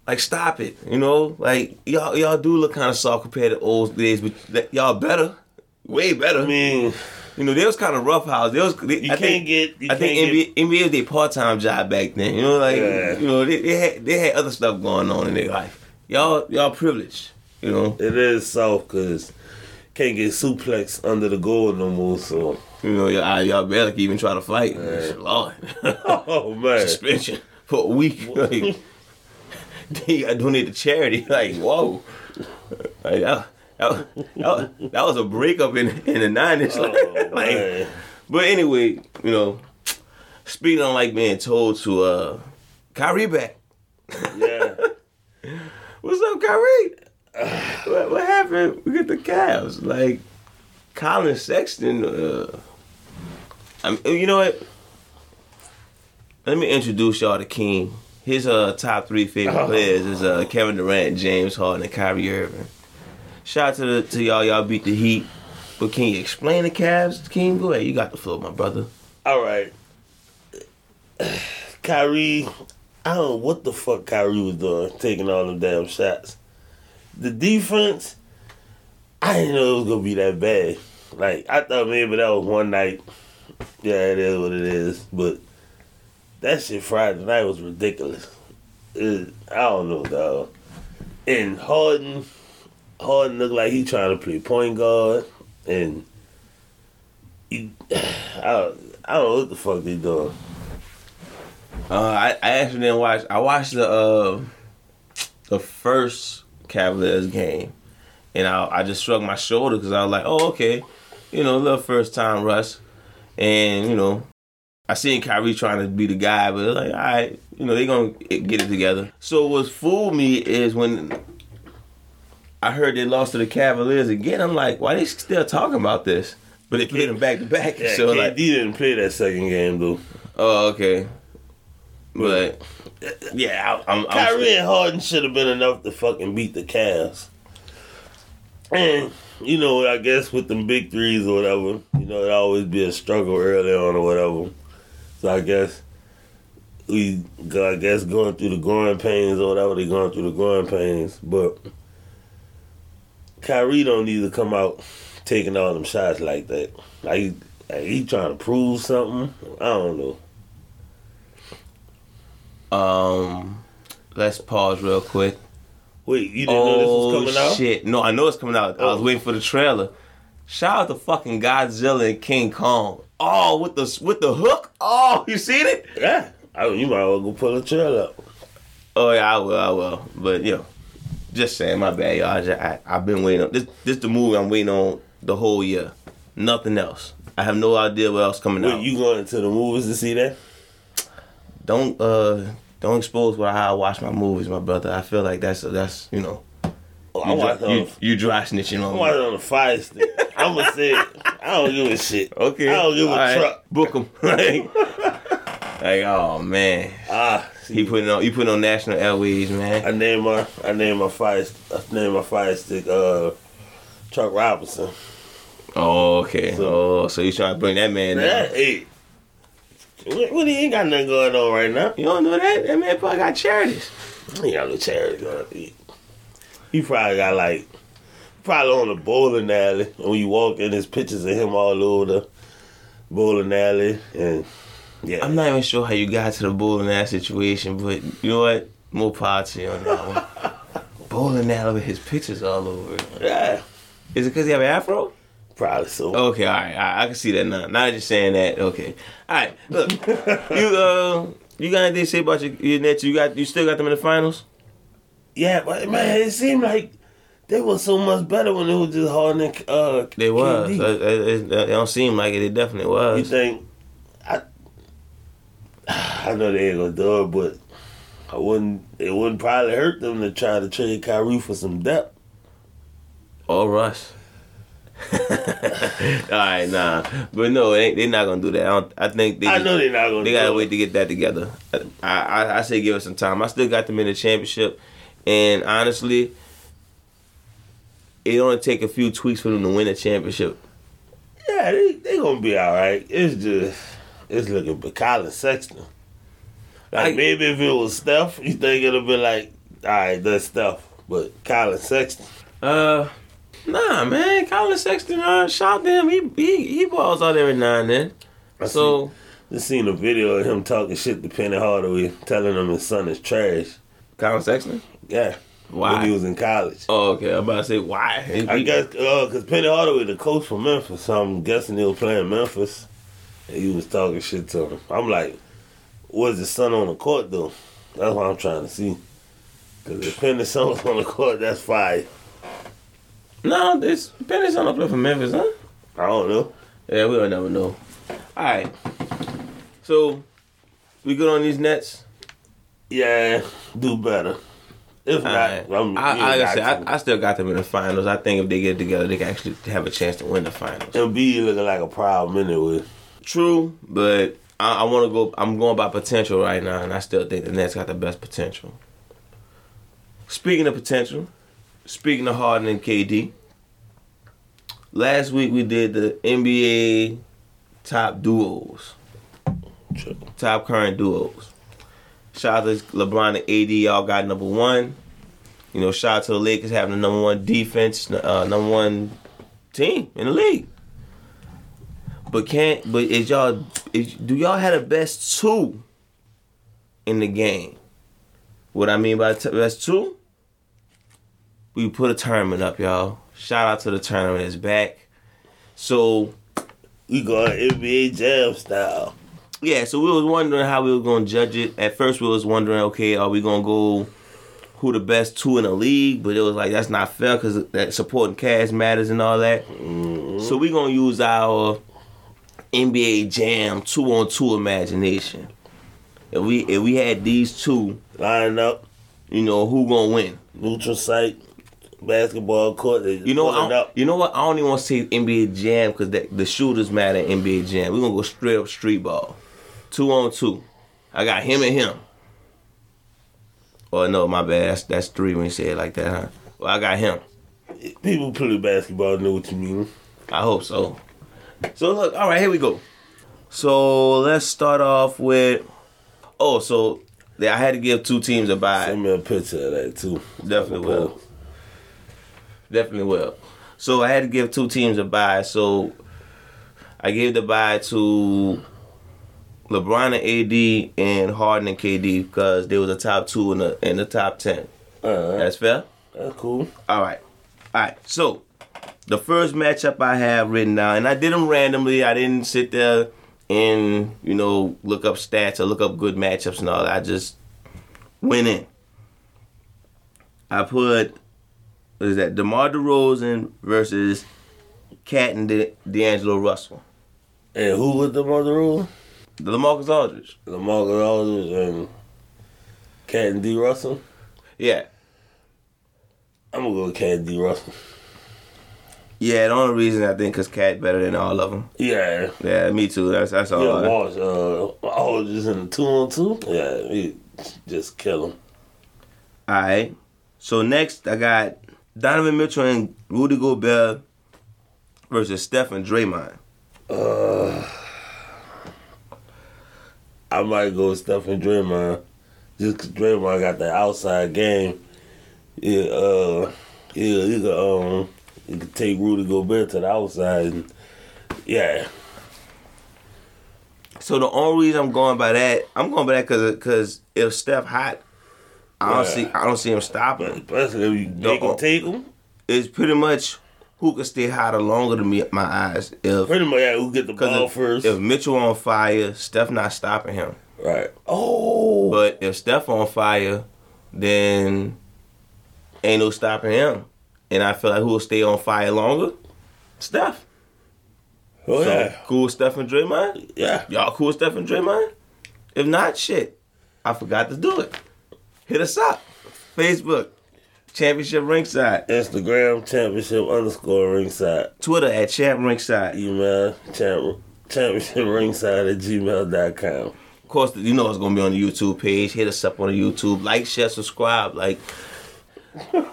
Speaker 1: Like, stop it. You know, like y'all y'all do look kind of soft compared to old days, but that- y'all better, way better.
Speaker 2: I mean,
Speaker 1: You know, they was kind of rough house. They was. They,
Speaker 2: You
Speaker 1: I
Speaker 2: can't
Speaker 1: think,
Speaker 2: get. You
Speaker 1: I think
Speaker 2: can't get-
Speaker 1: NBA, NBA was their part time job back then. You know, like
Speaker 2: Yeah.
Speaker 1: you know, they, they had they had other stuff going on in their life. Y'all y'all privileged. You know,
Speaker 2: it is soft because can't get suplex under the goal no more. So
Speaker 1: you know y'all y'all barely can even try to fight. Lord,
Speaker 2: [LAUGHS] oh man,
Speaker 1: suspension for a week. Like, then you got donate to charity. [LAUGHS] Like whoa, like that, that, that, that was a breakup in in the nineties.
Speaker 2: oh,
Speaker 1: [LAUGHS] like,
Speaker 2: man.
Speaker 1: But anyway, you know, speaking on like being told to uh Kyrie back.
Speaker 2: yeah.
Speaker 1: What's up, Kyrie? what, what happened? We get the Cavs. Like Colin Sexton. Uh, I mean, you know what? Let me introduce y'all to King. His uh, top three favorite players is uh, Kevin Durant, James Harden, and Kyrie Irving. Shout out to the, to y'all. Y'all beat the Heat. But can you explain the Cavs, King? Go ahead. You got the floor, my brother.
Speaker 2: All right. [SIGHS] Kyrie, I don't know what the fuck Kyrie was doing, taking all them damn shots. The defense, I didn't know it was gonna be that bad. Like I thought maybe that was one night. Yeah, it is what it is. But that shit Friday night was ridiculous. It- I don't know, dog. And Harden, Harden looked like he trying to play point guard, and he, I don't, I don't know what the fuck they doing.
Speaker 1: Uh, I, I actually didn't watch. I watched the uh, the first Cavaliers game, and I I just shrugged my shoulder because I was like, oh okay, you know, little first time rush, and you know, I seen Kyrie trying to be the guy, but like, all right, you know, they gonna get it together. So what fooled me is when I heard they lost to the Cavaliers again. I'm like, why they still talking about this? But they played them back to back,
Speaker 2: Yeah,
Speaker 1: [LAUGHS] so
Speaker 2: KD
Speaker 1: like,
Speaker 2: didn't play that second game though.
Speaker 1: oh okay, but.
Speaker 2: Yeah,
Speaker 1: I'm- I'm-
Speaker 2: Kyrie and Harden should have been enough to fucking beat the Cavs. And you know, I guess with them big threes or whatever, you know, it always be a struggle early on or whatever. So I guess we, I guess, going through the growing pains or whatever they going through the growing pains, but Kyrie don't need to come out taking all them shots like that. Like, he- like he trying to prove something. I don't know.
Speaker 1: Um, let's pause real quick.
Speaker 2: Wait, you didn't know this
Speaker 1: Oh
Speaker 2: was coming out?
Speaker 1: shit! No, I know it's coming out. I was
Speaker 2: Oh.
Speaker 1: waiting for the trailer. Shout out to fucking Godzilla and King Kong. Oh, with the with the hook. Oh, you seen it?
Speaker 2: Yeah. I, you might as well go pull a trail up.
Speaker 1: Oh yeah, I will. I will. But yo, just saying, my bad, y'all. I, just, I I've been waiting. On, this this the movie I'm waiting on the whole year. Nothing else. I have no idea what else coming
Speaker 2: Wait,
Speaker 1: out.
Speaker 2: you going to the movies to see that?
Speaker 1: don't uh don't expose what how I watch my movies, my brother. I feel like that's that's you know
Speaker 2: Oh, I
Speaker 1: you,
Speaker 2: watched
Speaker 1: dry,
Speaker 2: it on,
Speaker 1: you, you dry snitching on
Speaker 2: I
Speaker 1: me.
Speaker 2: watched it on the fire stick.
Speaker 1: [LAUGHS]
Speaker 2: I'm gonna say it. I don't give a shit.
Speaker 1: Okay.
Speaker 2: I don't give a
Speaker 1: All right.
Speaker 2: truck.
Speaker 1: Book him. [LAUGHS]
Speaker 2: [LAUGHS]
Speaker 1: like, like, oh man,
Speaker 2: Ah, see,
Speaker 1: he putting on he putting on National Airways, man.
Speaker 2: I named my I named my fire st- I named my fire stick uh Chuck Robinson.
Speaker 1: Oh okay.
Speaker 2: So-
Speaker 1: oh, so you trying to bring that man?
Speaker 2: Yeah,
Speaker 1: down.
Speaker 2: hey, what, what he ain't got nothing going on right now.
Speaker 1: You don't know that? That man probably got charities.
Speaker 2: He ain't got no charity going. He, he probably got like probably on the bowling alley. And when you walk in, there's pictures of him all over the bowling alley. And yeah,
Speaker 1: I'm not even sure how you got to the bowling alley situation, but you know what? More power to you on that one.
Speaker 2: [LAUGHS]
Speaker 1: bowling alley with his pictures all over. it.
Speaker 2: yeah,
Speaker 1: Is it because he have an afro?
Speaker 2: probably so.
Speaker 1: Okay, all right, all right, I can see that now. Now that you're saying that, okay, all right. Look, you uh, you got anything to say about your, your Nets? You got you still got them in the finals?
Speaker 2: [LAUGHS] Yeah, but man, it seemed like they were so much better when it was just Harden and uh,
Speaker 1: They was.
Speaker 2: KD.
Speaker 1: Uh, uh, it, it don't seem like it. It definitely
Speaker 2: You
Speaker 1: was.
Speaker 2: think I? [SIGHS] I know they ain't gonna do it, but I wouldn't. It wouldn't probably hurt them to try to trade Kyrie for some depth.
Speaker 1: All Russ. [LAUGHS] all right, nah, but no, they they're not gonna do that. I, don't, I think they.
Speaker 2: I
Speaker 1: just-
Speaker 2: know they're not gonna.
Speaker 1: They
Speaker 2: do
Speaker 1: gotta
Speaker 2: it.
Speaker 1: wait to get that together. I, I I say give it some time. I still got them in the championship, and honestly, it only take a few tweaks for them to win a championship.
Speaker 2: Yeah, they they gonna be all right. It's just it's looking but Colin Sexton. Like
Speaker 1: I-
Speaker 2: maybe if it was Steph, you think it'll be like, all right, that's Steph. But Colin Sexton,
Speaker 1: Uh, Nah, man, Colin Sexton, uh, shout out to him. He, he he balls out every now and then.
Speaker 2: I
Speaker 1: so
Speaker 2: Just seen a video of him talking shit to Penny Hardaway, telling him his son is trash.
Speaker 1: Colin Sexton.
Speaker 2: Yeah. When
Speaker 1: Why?
Speaker 2: he was in college.
Speaker 1: Oh, okay. I'm about to say why. He-
Speaker 2: I
Speaker 1: he-
Speaker 2: guess because Penny Hardaway, the coach from Memphis, so I'm guessing he was playing Memphis. And he was talking shit to him. I'm like, was his son on the court though? That's what I'm trying to see. Because if Penny's son [LAUGHS] was on the court, that's fire.
Speaker 1: no, this Penny's on the play for Memphis, huh?
Speaker 2: I don't know.
Speaker 1: Yeah, we'll never know. All right. So we good on these nets.
Speaker 2: Yeah, do better. If not,
Speaker 1: Alright. I,
Speaker 2: I'm, you
Speaker 1: I, like I
Speaker 2: got
Speaker 1: said,
Speaker 2: to.
Speaker 1: I, I still got them in the finals. I think if they get together, they can actually have a chance to win the finals.
Speaker 2: Embiid looking like a problem anyway.
Speaker 1: True, but I, I want to go. I'm going by potential right now, and I still think the Nets got the best potential. Speaking of potential, speaking of Harden and KD, last week we did the NBA top duos,
Speaker 2: True.
Speaker 1: top current duos. Shout out to LeBron and AD, y'all got number one. You know, shout out to the Lakers having the number one defense, uh, number one team in the league. But can't but is y'all is, do y'all have the best two in the game? What I mean by t- best two? We put a tournament up, y'all. Shout out to the tournament is back. So
Speaker 2: We going NBA Jam style.
Speaker 1: yeah, so we was wondering how we were gonna judge it. At first, we was wondering, okay, are we gonna go who the best two in the league? But it was like that's not fair because that supporting cast matters and all that.
Speaker 2: Mm-hmm.
Speaker 1: So we gonna use our NBA Jam two on two imagination. If we if we had these two,
Speaker 2: Line up,
Speaker 1: you know who gonna win?
Speaker 2: neutral site, basketball court. They
Speaker 1: You know,
Speaker 2: pulling
Speaker 1: I don't-
Speaker 2: up.
Speaker 1: you know what? I don't even want to say NBA Jam because the shooters matter in NBA Jam. We're gonna go straight up street ball, two on two. I got him and him. Well, no, my bad. That's that's three when you say it like that, huh? Well, I got him.
Speaker 2: People who play basketball know what you mean.
Speaker 1: I hope so. So look, all right, here we go. So let's start off with. Oh, so I had to give two teams a bye.
Speaker 2: Send me a picture of that too.
Speaker 1: Definitely will. Definitely will. So I had to give two teams a bye. So I gave the bye to LeBron and AD and Harden and KD because they was the top two in the in the top ten.
Speaker 2: Alright,
Speaker 1: That's fair.
Speaker 2: that's cool.
Speaker 1: All right. All right. So, the first matchup I have written down, and I did them randomly. I didn't sit there and, you know, look up stats or look up good matchups and all that. I just went in. I put, what is that, DeMar DeRozan versus Cat and De- D'Angelo Russell.
Speaker 2: And who was the mother rule?
Speaker 1: The Lamarcus Aldridge.
Speaker 2: Lamarcus Aldridge and Cat and D Russell.
Speaker 1: Yeah.
Speaker 2: I'm gonna go with Cat and D Russell.
Speaker 1: Yeah, the only reason I think because Cat better than all of them.
Speaker 2: Yeah.
Speaker 1: Yeah, me too. That's, that's all.
Speaker 2: Yeah, Walsh, uh, Aldridge in the two on two. Yeah, he just kill him.
Speaker 1: All right. So next, I got Donovan Mitchell and Rudy Gobert versus Steph and Draymond.
Speaker 2: Uh, I might go with Stephen Draymond. Just 'cause Draymond got the outside game. Yeah, uh, yeah, you could um, you could take Rudy Gobert to the outside. And, yeah,
Speaker 1: So the only reason I'm going by that, I'm going by that because if Steph hot, I don't
Speaker 2: Yeah.
Speaker 1: see I don't see him stopping.
Speaker 2: especially if you
Speaker 1: Uh-uh.
Speaker 2: they can take him.
Speaker 1: It's pretty much who can stay hotter longer than me my eyes. If
Speaker 2: Pretty much, yeah, who get the ball
Speaker 1: if,
Speaker 2: first?
Speaker 1: if Mitchell on fire, Steph not stopping him.
Speaker 2: right. Oh,
Speaker 1: But if Steph on fire, then ain't no stopping him. And I feel like who will stay on fire longer? Steph.
Speaker 2: oh
Speaker 1: So,
Speaker 2: yeah,
Speaker 1: cool with Steph and Draymond?
Speaker 2: yeah.
Speaker 1: Y'all cool with Steph and Draymond? If not, shit, I forgot to do it. Hit us up. Facebook, Championship Ringside.
Speaker 2: Instagram championship underscore ringside.
Speaker 1: Twitter at Champ Ringside.
Speaker 2: Email champ championship ringside at gmail.com.
Speaker 1: Of course, you know it's going to be on the YouTube page. Hit us up on the YouTube. Like, share, subscribe. Like,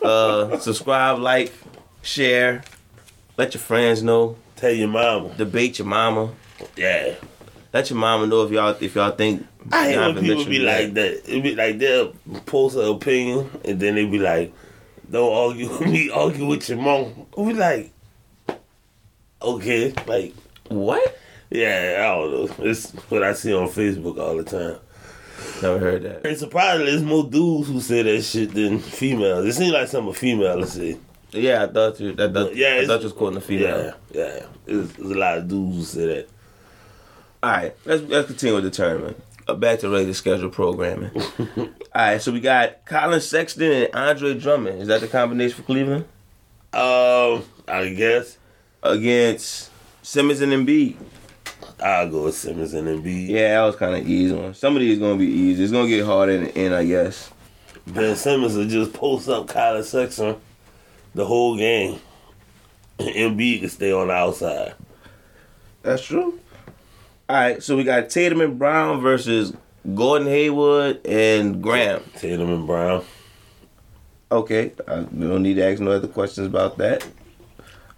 Speaker 1: uh, [LAUGHS] subscribe, like, share. Let your friends know.
Speaker 2: Tell your mama.
Speaker 1: Debate your mama.
Speaker 2: Yeah.
Speaker 1: Let your mama know if y'all if y'all think
Speaker 2: I hate when
Speaker 1: Donovan
Speaker 2: people
Speaker 1: Mitchell
Speaker 2: be
Speaker 1: bad.
Speaker 2: like that. It be like they'll post an opinion and then they be like, Don't argue [LAUGHS] with me. Argue with your mom. We like, okay, like,
Speaker 1: What?
Speaker 2: yeah, I don't know. It's what I see on Facebook all the time.
Speaker 1: Never heard that.
Speaker 2: And surprisingly, there's more dudes who say that shit than females. It seems like something a female would say.
Speaker 1: Yeah, I thought you. I thought,
Speaker 2: Yeah,
Speaker 1: I
Speaker 2: it's-
Speaker 1: thought you was quoting a female.
Speaker 2: Yeah, yeah. There's, there's a lot of dudes who say that.
Speaker 1: All right, let's let's continue with the tournament. Uh, back to regular schedule
Speaker 2: [LAUGHS]
Speaker 1: programming. All right, so we got Colin Sexton and Andre Drummond. Is that the combination for Cleveland
Speaker 2: Um, I guess
Speaker 1: against Simmons and Embiid?
Speaker 2: I'll go with Simmons and Embiid.
Speaker 1: Yeah, that was kind of easy one. Some of these gonna be easy. It's gonna get harder in the end, I guess.
Speaker 2: Ben Simmons will just post up Kyler Sexton the whole game. And Embiid can stay on the outside.
Speaker 1: That's true. All right, so we got Tatum and Brown versus Gordon Haywood and Graham.
Speaker 2: Tatum and Brown.
Speaker 1: Okay, uh, we don't need to ask no other questions about that.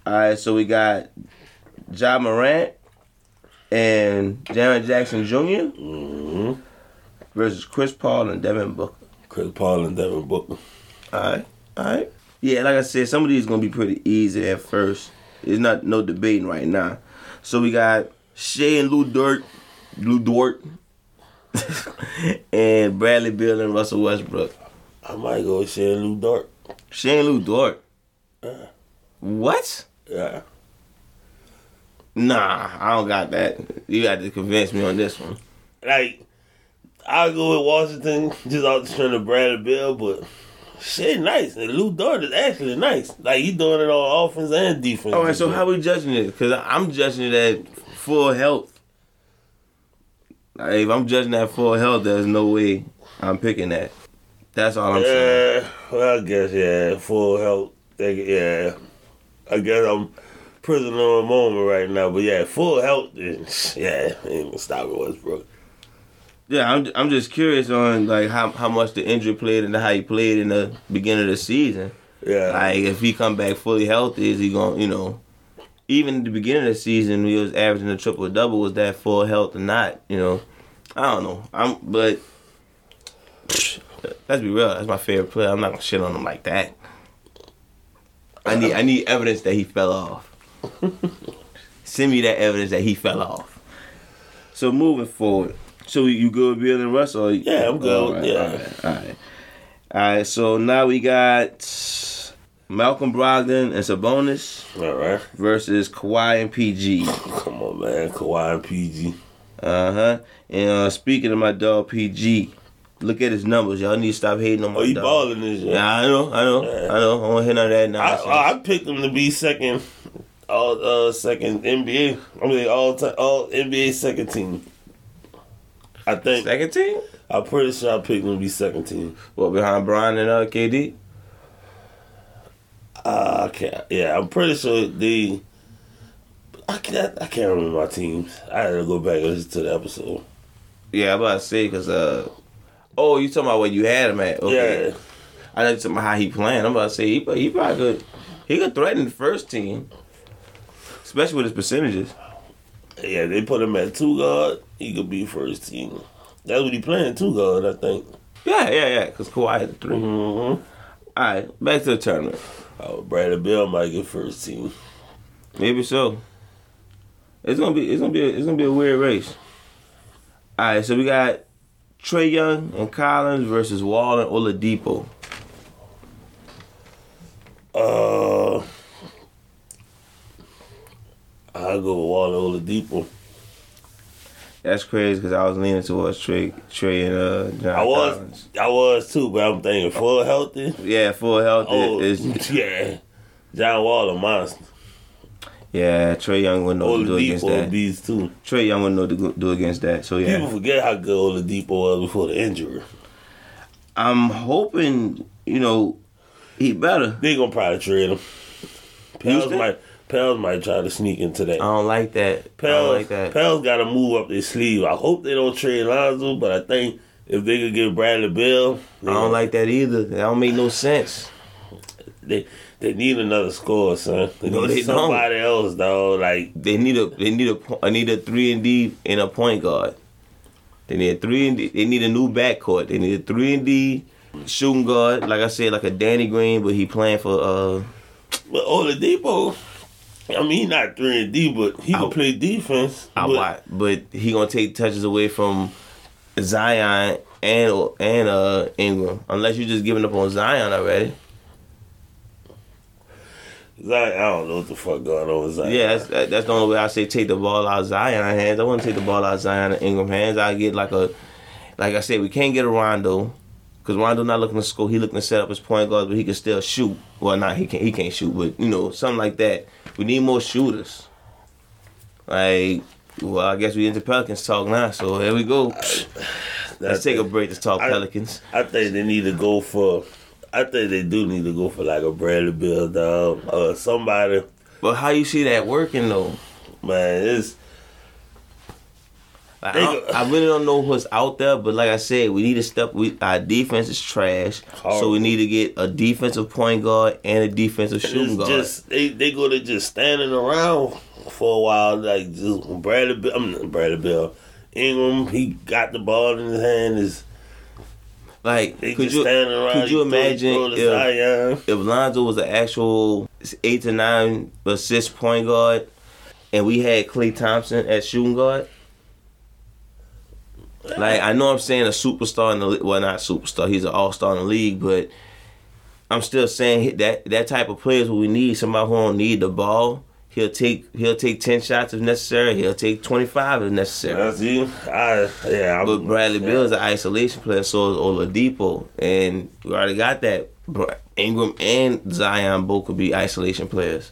Speaker 1: All right, so we got John Morant and Jaron Jackson Jr.
Speaker 2: hmm
Speaker 1: versus Chris Paul and Devin Booker.
Speaker 2: Chris Paul and Devin Booker.
Speaker 1: All right, all right. Yeah, like I said, some of these gonna be pretty easy at first. It's not no debating right now. So we got Shea and Lou Dort, Lou Dort, [LAUGHS] and Bradley Bill and Russell Westbrook.
Speaker 2: I might go with Shane Lou Dort.
Speaker 1: Shea and Lou Dort.
Speaker 2: Uh.
Speaker 1: What?
Speaker 2: Yeah.
Speaker 1: Nah, I don't got that. You got to convince me on this one.
Speaker 2: Like, I'll go with Washington just off the strength of Bradley Bill, but shit, nice. And Lou Dort is actually nice. Like, he doing it on offense and defense.
Speaker 1: All right, so how we judging it? Because I'm judging it at full health. Like, if I'm judging at full health, there's no way I'm picking that. That's all I'm saying.
Speaker 2: Yeah, well, I guess yeah, full health. They, yeah, I guess I'm prisoner of a moment right now, but yeah, full health. Is, yeah, ain't gonna stop it, Westbrook.
Speaker 1: Yeah, I'm, I'm just curious on like how, how much the injury played and how he played in the beginning of the season.
Speaker 2: Yeah,
Speaker 1: Like if he come back fully healthy, is he going? to You know, even at the beginning of the season, he was averaging a triple double. Was that full health or not? You know, I don't know. I'm but [SNIFFS] let's be real. That's my favorite player. I'm not gonna shit on him like that. I need I need evidence that he fell
Speaker 2: [LAUGHS]
Speaker 1: off. Send me that evidence that he fell off. So moving forward, so you good with Bill and Russell?
Speaker 2: Yeah, I'm good.
Speaker 1: All right,
Speaker 2: Yeah.
Speaker 1: all right, all right. All right, so now we got Malcolm Brogdon and Sabonis
Speaker 2: all right.
Speaker 1: versus Kawhi and PG.
Speaker 2: Come on, man, Kawhi and PG.
Speaker 1: Uh huh. And uh, speaking of my dog PG, look at his numbers. Y'all need to stop hating on my
Speaker 2: Oh, he
Speaker 1: dog.
Speaker 2: balling this year.
Speaker 1: Yeah, I know, I know, I know. I won't hit none of that
Speaker 2: I,
Speaker 1: nonsense.
Speaker 2: I, I picked him to be second, all uh second NBA. I mean all ti all NBA second team. I think
Speaker 1: Second team?
Speaker 2: I'm pretty sure I picked him to be second team.
Speaker 1: Well, behind Brian and uh, KD.
Speaker 2: Uh, I can't. Yeah, I'm pretty sure the. I can't. I can't remember my teams. I had to go back and listen to the episode.
Speaker 1: Yeah, I'm about to say because uh, oh, you talking about where you had him at? Okay.
Speaker 2: Yeah,
Speaker 1: I know you talking about how he playing. I'm about to say he, pro- he probably could he could threaten the first team, especially with his percentages.
Speaker 2: yeah. They put him at two guard. He could be first team. That's what he playing two guard. I think.
Speaker 1: Yeah, yeah, yeah. Because Kawhi had the 3
Speaker 2: Mm-hmm.
Speaker 1: All right, back to the tournament.
Speaker 2: Oh, Bradley Bill might get first team.
Speaker 1: Maybe so. It's gonna be it's gonna be a, it's gonna be a weird race. All right, so we got Trey Young and Collins versus Wall and Oladipo.
Speaker 2: Uh, I'll go with Waller Oladipo.
Speaker 1: That's crazy because I was leaning towards Trey Trey and uh John
Speaker 2: I was,
Speaker 1: Collins.
Speaker 2: I was too, but I'm thinking full healthy.
Speaker 1: Yeah, full health
Speaker 2: Oh, [LAUGHS]
Speaker 1: is
Speaker 2: yeah. John Wall a monster.
Speaker 1: yeah. Trey Young wouldn't know what to do against
Speaker 2: Oladipo
Speaker 1: that.
Speaker 2: beats too.
Speaker 1: Trey Young wouldn't know what to do against that. So yeah,
Speaker 2: People forget how good Oladipo was before the injury.
Speaker 1: I'm hoping you know he better.
Speaker 2: They gonna probably trade him. Pels
Speaker 1: think?
Speaker 2: might Pels might try to sneak into that.
Speaker 1: I don't like that. I
Speaker 2: Pels
Speaker 1: don't like that.
Speaker 2: Pels gotta move up their sleeve. I hope they don't trade Lonzo, but I think if they could get Bradley Bill, they,
Speaker 1: I don't like that either. That don't make no sense.
Speaker 2: they they need another score, son. They
Speaker 1: No,
Speaker 2: need
Speaker 1: they don't.
Speaker 2: somebody else though. Like
Speaker 1: They need a they need a po- I need a three and D and a point guard. They need a three and D. They need a new backcourt. They need a three and D Shooting guard, like I said, like a Danny Green, but he playing for uh
Speaker 2: But Oladipo, oh, I mean, he not three and D, but he
Speaker 1: I-
Speaker 2: can play defense.
Speaker 1: I
Speaker 2: but
Speaker 1: watch, but he gonna take touches away from Zion and and uh Ingram, unless you just giving up on Zion already.
Speaker 2: Zion, I don't know what the fuck going on with Zion.
Speaker 1: Yeah, that's, that- that's the only way I say take the ball out of Zion hands. I wouldn't take the ball out of Zion and Ingram hands. I get like a, like I said, we can't get a Rondo, because Rondo not looking to score. He looking to set up his point guards, but he can still shoot. Well, not he can't he can't shoot, but you know something like that. We need more shooters. Like, well, I guess we into Pelicans talk now. So here we go. Let's take a break to talk
Speaker 2: I-
Speaker 1: Pelicans.
Speaker 2: I think they need to go for. I think they do need to go for like a Bradley Bill dog or somebody.
Speaker 1: But how you see that working though?
Speaker 2: Man, it's
Speaker 1: Like, I, don't- I really don't know what's out there, but like I said, we need to step. We our defense is trash, so
Speaker 2: Horrible.
Speaker 1: we need to get a defensive point guard and a defensive shooting
Speaker 2: it's
Speaker 1: guard.
Speaker 2: just they they go to just standing around for a while like just when Bradley Bill. I'm not Bradley Bill. Ingram, he got the ball in his hand. Is
Speaker 1: like,
Speaker 2: they
Speaker 1: could
Speaker 2: just
Speaker 1: you
Speaker 2: standing around?
Speaker 1: could you
Speaker 2: he throw-
Speaker 1: imagine
Speaker 2: throw to
Speaker 1: if,
Speaker 2: Zion.
Speaker 1: if Lonzo was an actual eight to nine assist point guard, and we had Clay Thompson as shooting guard? Like I know I'm saying a superstar in the le- well not superstar he's an all star in the league but I'm still saying he- that that type of player is what we need somebody who don't need the ball he'll take he'll take ten shots if necessary he'll take twenty five if necessary
Speaker 2: That's you. I yeah. I'm,
Speaker 1: but Bradley
Speaker 2: yeah.
Speaker 1: Bill is an isolation player so is Oladipo and we already got that Br- Ingram and Zion both could be isolation players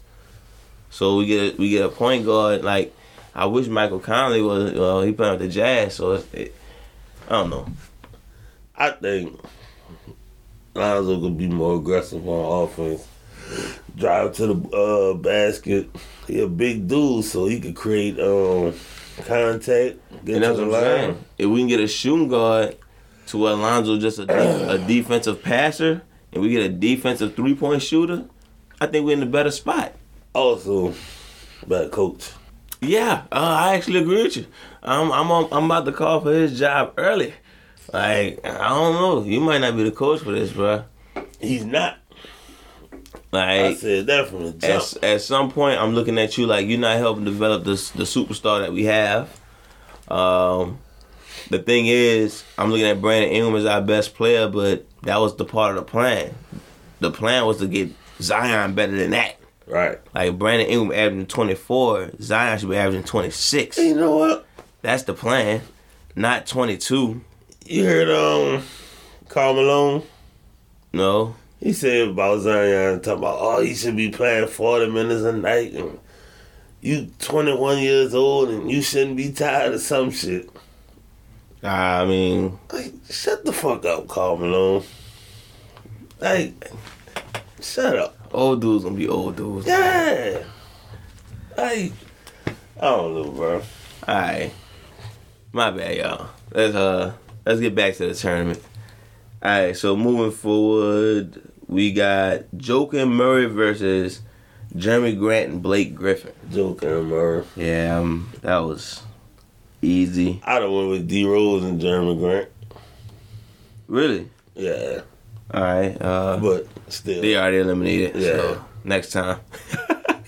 Speaker 1: so we get we get a point guard like I wish Michael Conley was well he playing with the Jazz so it's, it, I don't know.
Speaker 2: I think Lonzo could be more aggressive on offense. Drive to the uh, basket. He a big dude, so he could create um, contact. Get
Speaker 1: And
Speaker 2: to
Speaker 1: that's what
Speaker 2: the
Speaker 1: I'm
Speaker 2: line.
Speaker 1: saying. If we can get a shooting guard to where Lonzo just a, de- a defensive passer, and we get a defensive three point shooter, I think we're in a better spot.
Speaker 2: Also, bad coach.
Speaker 1: Yeah, uh, I actually agree with you. I'm I'm on, I'm about to call for his job early. Like I don't know, you might not be the coach for this, bro.
Speaker 2: He's not. I
Speaker 1: Like
Speaker 2: said that from the jump.
Speaker 1: at, at some point I'm looking at you like you're not helping develop this the superstar that we have. Um, the thing is, I'm looking at Brandon Ingram as our best player, but that was the part of the plan. The plan was to get Zion better than that.
Speaker 2: Right.
Speaker 1: Like Brandon Ingram averaging 24, Zion should be averaging 26.
Speaker 2: You know what?
Speaker 1: That's the plan, not 22.
Speaker 2: You heard um, Carl Malone.
Speaker 1: No,
Speaker 2: He said about Zion, talking about, oh, he should be playing 40 minutes a night. And you 21 years old and you shouldn't be tired of some shit.
Speaker 1: I mean,
Speaker 2: Like, shut the fuck up, Carl Malone. Like, shut up.
Speaker 1: old dudes gonna be old dudes.
Speaker 2: Yeah. Like, I don't know, bro.
Speaker 1: All right, my bad, y'all. Let's uh, let's get back to the tournament. All right, so moving forward, we got Joker Murray versus Jeremy Grant and Blake Griffin.
Speaker 2: Joking, bro.
Speaker 1: Yeah, um, that was easy.
Speaker 2: I done went with D Rose and Jeremy Grant.
Speaker 1: Really?
Speaker 2: Yeah.
Speaker 1: All right. Uh,
Speaker 2: But still.
Speaker 1: They already eliminated.
Speaker 2: Yeah.
Speaker 1: So next time. [LAUGHS]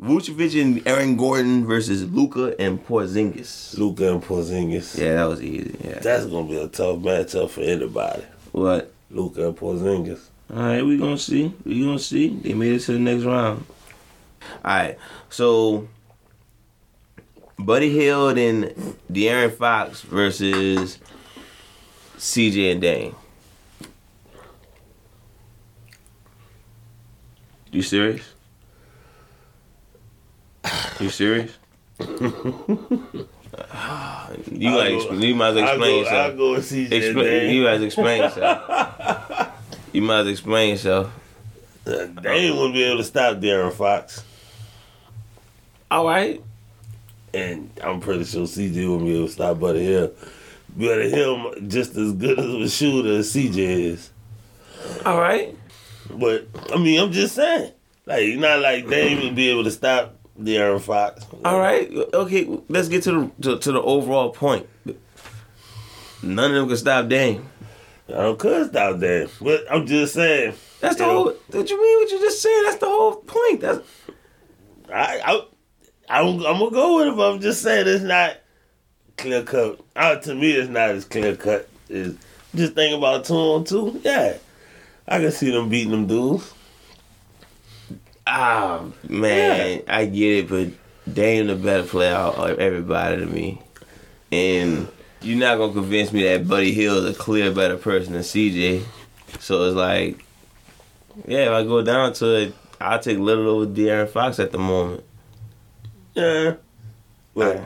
Speaker 1: Vucevic and Aaron Gordon versus Luca and Porzingis.
Speaker 2: Luca and Porzingis.
Speaker 1: Yeah, that was easy. Yeah.
Speaker 2: That's going to be a tough matchup for anybody.
Speaker 1: What?
Speaker 2: Luca and Porzingis.
Speaker 1: All right, we gonna see. We gonna see. They made it to the next round. All right. So Buddy Hield and De'Aaron Fox versus CJ and Dane. You serious? You
Speaker 2: [LAUGHS]
Speaker 1: serious? you
Speaker 2: I'll
Speaker 1: gotta
Speaker 2: go-
Speaker 1: explain, you might as well
Speaker 2: I
Speaker 1: explain
Speaker 2: go,
Speaker 1: yourself.
Speaker 2: I go with CJ.
Speaker 1: Expl-
Speaker 2: Dane.
Speaker 1: you guys explain yourself. [LAUGHS] you might as well explain yourself.
Speaker 2: they ain't gonna be able to stop Darren Fox,
Speaker 1: All right.
Speaker 2: and I'm pretty sure CJ won't be able to stop Buddy Hill. Buddy Hill just as good as a shooter as CJ is,
Speaker 1: All right.
Speaker 2: but I mean, I'm just saying, like, not like they ain't gonna be able to stop Darren Fox.
Speaker 1: All right. Okay. Let's get to the to, to the overall point. None of them can stop Dame.
Speaker 2: I don't cuss out there, but I'm just saying.
Speaker 1: That's the
Speaker 2: you know,
Speaker 1: whole. What you mean? What you just said? That's the whole point. That's
Speaker 2: I, I, I'm, I'm gonna go with it, but I'm just saying it's not clear cut. Uh, to me, it's not as clear cut. Is just think about two on two. Yeah, I can see them beating them dudes.
Speaker 1: ah man. I get it, but Dame the better player out of everybody to me, and you're not gonna convince me that Buddy Hill is a clear better person than CJ. So it's like, yeah, if I go down to it, I'll take Little over De'Aaron Fox at the moment.
Speaker 2: Yeah, but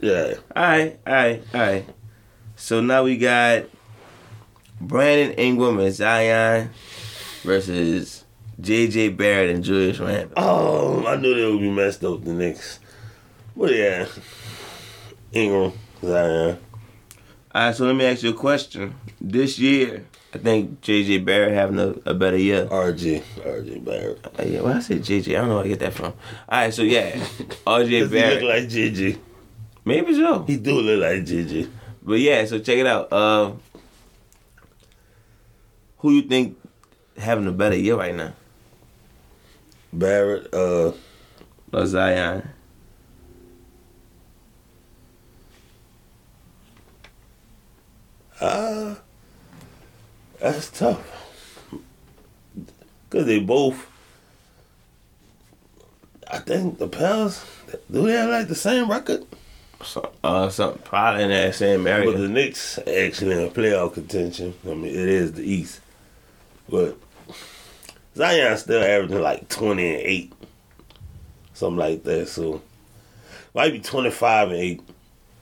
Speaker 2: yeah,
Speaker 1: All right, all right, all right. So now we got Brandon Ingram and Zion versus J.J. Barrett and Julius Randle.
Speaker 2: oh, I knew they would be messed up the Knicks. But yeah, Ingram, Zion.
Speaker 1: All right, so let me ask you a question. This year, I think J.J. Barrett having a, a better year.
Speaker 2: RG, RG Barrett.
Speaker 1: Uh, yeah, when I say J.J., I don't know where I get that from. All right, so [LAUGHS] yeah, R.J.
Speaker 2: Does he look
Speaker 1: Barrett.
Speaker 2: like Gigi?
Speaker 1: Maybe so.
Speaker 2: He do look like Gigi.
Speaker 1: But yeah, so check it out. Uh, who you think having a better year right now?
Speaker 2: Barrett, uh,
Speaker 1: Or Zion?
Speaker 2: Uh, that's tough. Cause they both. I think the Pels do they have like the same record?
Speaker 1: So, uh, something probably in that same
Speaker 2: But
Speaker 1: area.
Speaker 2: the Knicks actually in playoff contention. I mean, it is the East, but Zion's still averaging like twenty and eight, something like that. So might be twenty five and eight.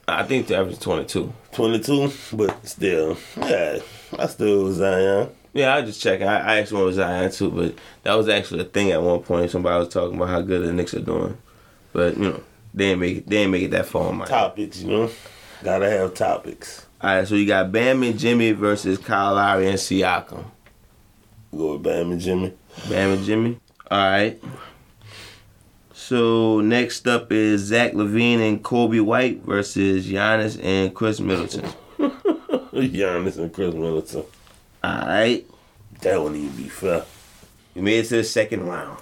Speaker 1: I think the average is 22.
Speaker 2: 22, but still, yeah, I still Zion.
Speaker 1: Yeah, I was just checking. I, I asked one was Zion too, but that was actually a thing at one point. Somebody was talking about how good the Knicks are doing, but you know they ain't make it, they ain't make it that far. in My
Speaker 2: Topics, you know, gotta have topics.
Speaker 1: All right, so you got Bam and Jimmy versus Kyle Lowry and Siakam.
Speaker 2: Go with Bam and Jimmy. [LAUGHS]
Speaker 1: Bam and Jimmy. All right. So next up is Zach Levine and Kobe White versus Giannis and Chris Middleton.
Speaker 2: Giannis and Chris Middleton.
Speaker 1: All right.
Speaker 2: That wouldn't even be fair.
Speaker 1: We made it to the second round.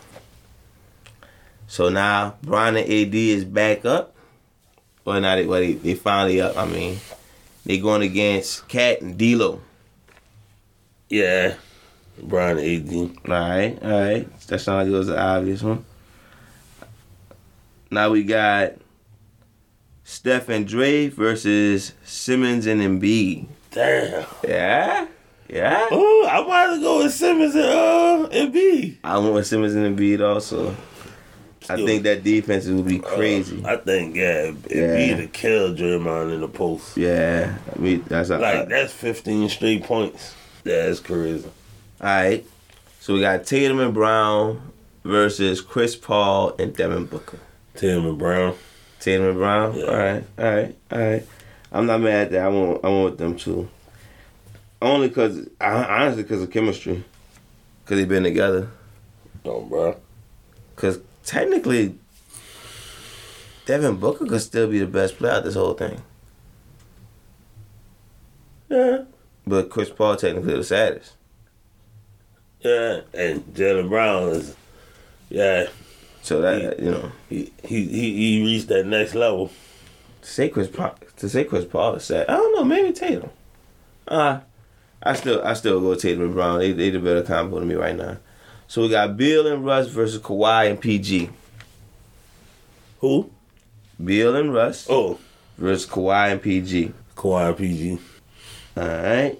Speaker 1: So now Bron and AD is back up. Well, not they, well, they, they finally up. I mean, they going against Cat and D'Lo.
Speaker 2: Yeah. Brian AD.
Speaker 1: All right, all right. That sounds like it was an obvious one. Now we got Steph and Dre versus Simmons and Embiid.
Speaker 2: Damn.
Speaker 1: Yeah, yeah.
Speaker 2: Oh, I might have go with Simmons and uh and B.
Speaker 1: I went with Simmons and Embiid also. I think that defense will be crazy.
Speaker 2: Uh, I think yeah, it
Speaker 1: Yeah.
Speaker 2: be to kill Draymond in the post.
Speaker 1: Yeah, I mean that's
Speaker 2: Like that's fifteen straight points. That's crazy.
Speaker 1: All right. So we got Tatum and Brown versus Chris Paul and Devin Booker.
Speaker 2: Tim and Brown.
Speaker 1: Tatum and Brown.
Speaker 2: Yeah.
Speaker 1: All right. All right. All right. I'm not mad at that. I want. I want them too. Only because honestly, because of chemistry, because they've been together. Oh,
Speaker 2: No, bro.
Speaker 1: Because technically, Devin Booker could still be the best player out this whole thing,
Speaker 2: Yeah.
Speaker 1: but Chris Paul technically the saddest.
Speaker 2: Yeah. And Jalen Brown is yeah.
Speaker 1: So that you know,
Speaker 2: He he he, he reached that next level.
Speaker 1: to say Chris Paul, to say Chris Paul is sad. I don't know. Maybe Tatum. Uh I still I still go Tatum and Brown. They they the better combo to me right now. So we got Bill and Russ versus Kawhi and PG.
Speaker 2: Who?
Speaker 1: Bill and Russ
Speaker 2: Oh.
Speaker 1: versus Kawhi and PG.
Speaker 2: Kawhi PG.
Speaker 1: All right.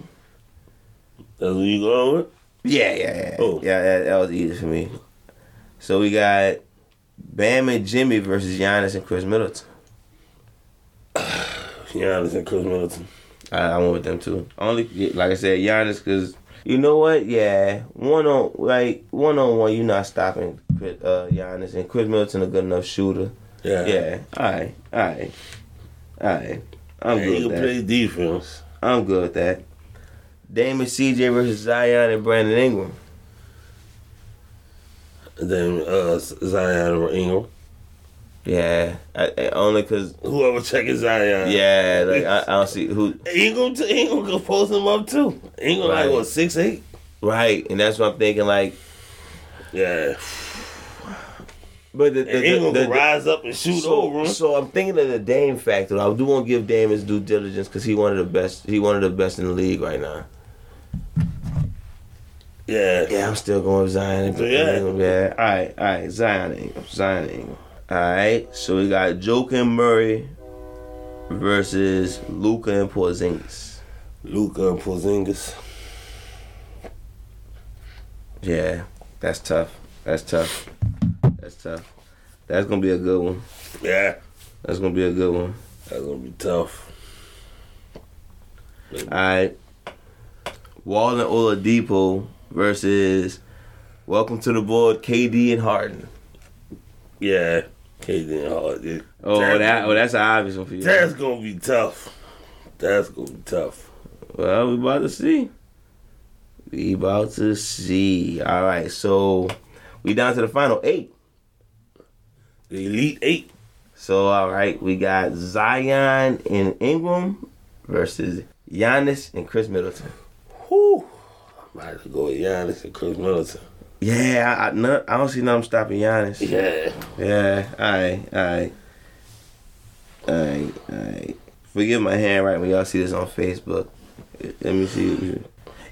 Speaker 2: That's who you going with?
Speaker 1: Yeah, yeah, yeah.
Speaker 2: Oh.
Speaker 1: Yeah, that, that was easy for me. So we got Bam and Jimmy versus Giannis and Chris Middleton.
Speaker 2: Giannis and Chris Middleton.
Speaker 1: I, I went with them too. Only like I said, Giannis, because you know what? Yeah, one on like one on one, you're not stopping Chris- uh, Giannis, and Chris Middleton a good enough shooter.
Speaker 2: Yeah.
Speaker 1: Yeah, all right, all right, all right. I'm
Speaker 2: And
Speaker 1: good
Speaker 2: he
Speaker 1: with that.
Speaker 2: can play defense.
Speaker 1: I'm good with that. Dame and CJ versus Zion and Brandon Ingram.
Speaker 2: And then uh, Zion or Ingram.
Speaker 1: Yeah, I, I- only because
Speaker 2: Whoever check his Zion.
Speaker 1: yeah, like I, I don't see who
Speaker 2: He ain't gonna, t- he ain't gonna go post him up too. He ain't gonna
Speaker 1: Right.
Speaker 2: like what six eight.
Speaker 1: right, and that's what I'm thinking. Like,
Speaker 2: Yeah,
Speaker 1: but the, the,
Speaker 2: and he ain't
Speaker 1: the,
Speaker 2: gonna
Speaker 1: the,
Speaker 2: go rise up and shoot
Speaker 1: so,
Speaker 2: over him.
Speaker 1: so I'm thinking of the Dame factor. I do want to give Dame his due diligence because he one of the best. He one of the best in the league right now.
Speaker 2: yeah,
Speaker 1: Yeah, I'm still going with Zion.
Speaker 2: So, yeah.
Speaker 1: yeah. All right, all right. Zion Ingram. Zion Ingram. All right. So we got Joakim Murray versus Luca and Porzingis.
Speaker 2: Luca and Porzingis.
Speaker 1: Yeah, that's tough. That's tough. That's tough. That's gonna be a good one.
Speaker 2: Yeah,
Speaker 1: That's gonna be a good one.
Speaker 2: that's gonna be tough.
Speaker 1: All right. Wall and Oladipo versus Welcome to the Board, KD and Harden.
Speaker 2: Yeah, KD and Harden.
Speaker 1: Oh,
Speaker 2: That's-
Speaker 1: that, oh, that's an obvious one for you.
Speaker 2: That's gonna be tough. That's gonna be tough.
Speaker 1: Well, we about to see. We about to see. All right, so we down to the final eight.
Speaker 2: The Elite Eight.
Speaker 1: So all right, we got Zion and Ingram versus Giannis and Chris Middleton.
Speaker 2: Whew. I might have to go with Giannis and Chris Middleton.
Speaker 1: Yeah, I, I, no, I don't see nothing stopping Giannis.
Speaker 2: Yeah.
Speaker 1: Yeah, alright, alright. Alright, alright. Forgive my handwriting when y'all see this on Facebook. Let me see.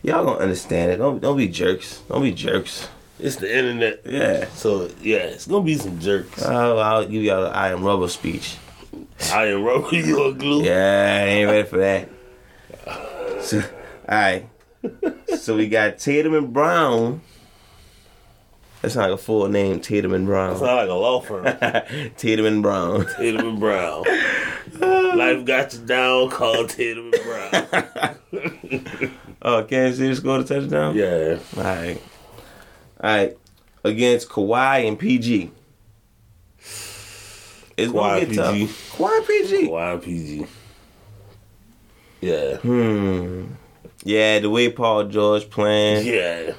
Speaker 1: Y'all gonna understand it. Don't don't be jerks. Don't be jerks.
Speaker 2: It's the internet.
Speaker 1: Yeah.
Speaker 2: So yeah, it's gonna be some jerks.
Speaker 1: Oh, I'll give y'all the I am rubber speech.
Speaker 2: I am rubbing your glue.
Speaker 1: Yeah, I ain't ready for that. So, alright. So we got Tatum and Brown. That's not like a full name, Tatum and
Speaker 2: It's
Speaker 1: Brown. [LAUGHS]
Speaker 2: not like a law firm.
Speaker 1: Tatum and Brown.
Speaker 2: Tatum and Brown. Life got you down. Call Tatum and Brown.
Speaker 1: Oh, Kansas City scored a touchdown?
Speaker 2: [LAUGHS] Yeah.
Speaker 1: All right. All right. Against Kawhi and PG. It's
Speaker 2: Kawhi
Speaker 1: going to
Speaker 2: PG.
Speaker 1: get tough. Kawhi PG.
Speaker 2: YPG. Yeah.
Speaker 1: Hmm. Yeah, the way Paul George playing
Speaker 2: Yeah.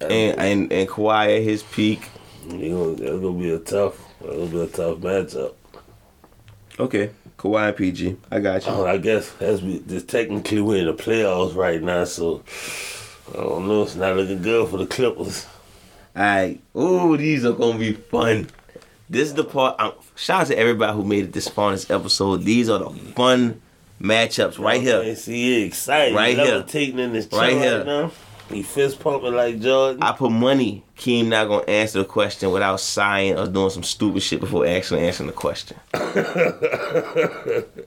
Speaker 1: and, and, and Kawhi at his peak.
Speaker 2: You know, that's gonna be a tough. That's gonna be a tough matchup.
Speaker 1: Okay. Kawhi and PG. I got you.
Speaker 2: Oh, I guess as we just technically we're in the playoffs right now, so I don't know. It's not looking good for the Clippers.
Speaker 1: All right. Ooh, these are going to be fun. This is the part. Um, shout out to everybody who made it this far in this episode. These are the fun matchups right here.
Speaker 2: See, it exciting.
Speaker 1: Right here.
Speaker 2: Levitating in his chair
Speaker 1: Right
Speaker 2: right,
Speaker 1: here.
Speaker 2: now. He fist pumping like Jordan. [LAUGHS]
Speaker 1: I put money Keem not gonna answer the question without sighing or doing some stupid shit before actually answering the question.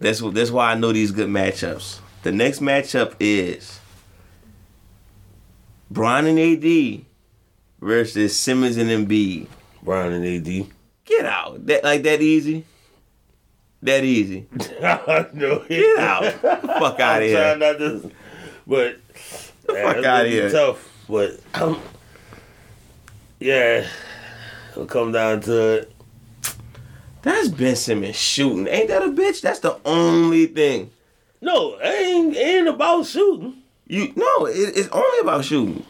Speaker 1: that's wh- that's why I know these good matchups. The next matchup is Bron and AD versus Simmons and Embiid.
Speaker 2: Brown and AD.
Speaker 1: Get out. That like that easy. That easy.
Speaker 2: [LAUGHS] no,
Speaker 1: Get out. Fuck out of
Speaker 2: [LAUGHS] I'm trying
Speaker 1: here.
Speaker 2: not to, but man,
Speaker 1: fuck
Speaker 2: it's
Speaker 1: outta
Speaker 2: gonna be
Speaker 1: here.
Speaker 2: Tough, but um, yeah, it'll come down to it.
Speaker 1: That's Ben Simmons shooting. Ain't that a bitch? That's the only thing.
Speaker 2: No, it ain't it ain't about shooting.
Speaker 1: You no, it, it's only about shooting.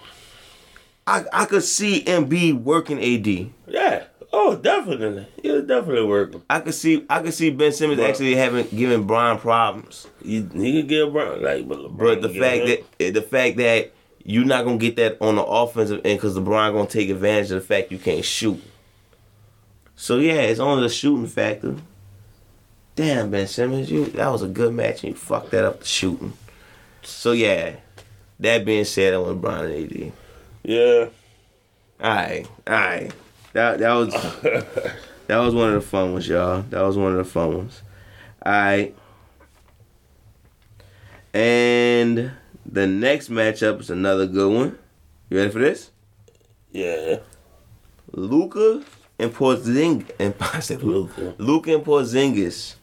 Speaker 1: I I could see MB working AD.
Speaker 2: Yeah. Oh, definitely. He's definitely working.
Speaker 1: I could see I could see Ben Simmons
Speaker 2: Bruh.
Speaker 1: actually having given Bron problems,
Speaker 2: He, he can get Brown like, but LeBron
Speaker 1: but the
Speaker 2: can get
Speaker 1: fact
Speaker 2: him.
Speaker 1: that eh, the fact that you're not gonna get that on the offensive end because LeBron gonna take advantage of the fact you can't shoot. So yeah, it's only the shooting factor. Damn, Ben Simmons, you that was a good match and you fucked that up the shooting. So yeah, that being said, I want Bron and AD.
Speaker 2: yeah,
Speaker 1: Alright, alright. That that was that was one of the fun ones, y'all. That was one of the fun ones. Alright. And the next matchup is another good one. You ready for this?
Speaker 2: yeah,
Speaker 1: Luca and Porzingis and [LAUGHS] I said Luca.
Speaker 2: Luka.
Speaker 1: Luca and Porzingis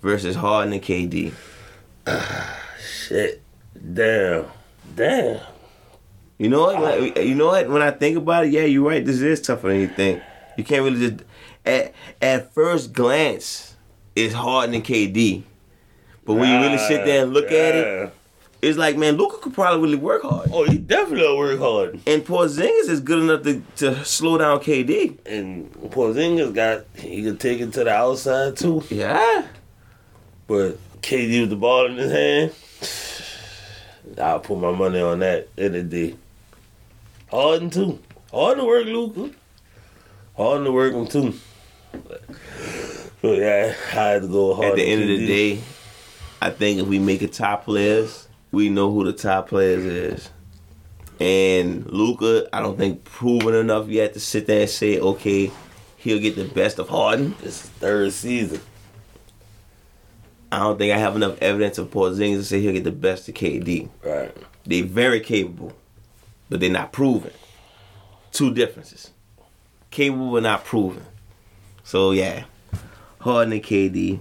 Speaker 1: versus Harden and KD.
Speaker 2: Shit, damn, damn.
Speaker 1: You know what? When I- you know what? When I think about it, yeah, you're right. This is tougher than you think. You can't really just at at first glance, it's Harden and KD. But when you really sit there and look at it, it's like, man, Luca could probably really work hard.
Speaker 2: Oh, he definitely work hard.
Speaker 1: And Porzingis is good enough to, to slow down KD.
Speaker 2: And Porzingis got he could take it to the outside too.
Speaker 1: Yeah.
Speaker 2: But KD with the ball in his hand, I'll put my money on that in the day. Harden too. Harden work Luca. Harden to work him too. So yeah, I had to go hard.
Speaker 1: At the end of the day, I think if we make it top players, we know who the top players is. And Luca, I don't think proven enough yet to sit there and say, okay, he'll get the best of Harden.
Speaker 2: it's his third season.
Speaker 1: I don't think I have enough evidence of Porzingis to say he'll get the best of KD.
Speaker 2: Right.
Speaker 1: They very capable, but they're not proven. Two differences. Capable but not proven. So yeah. Harden and KD.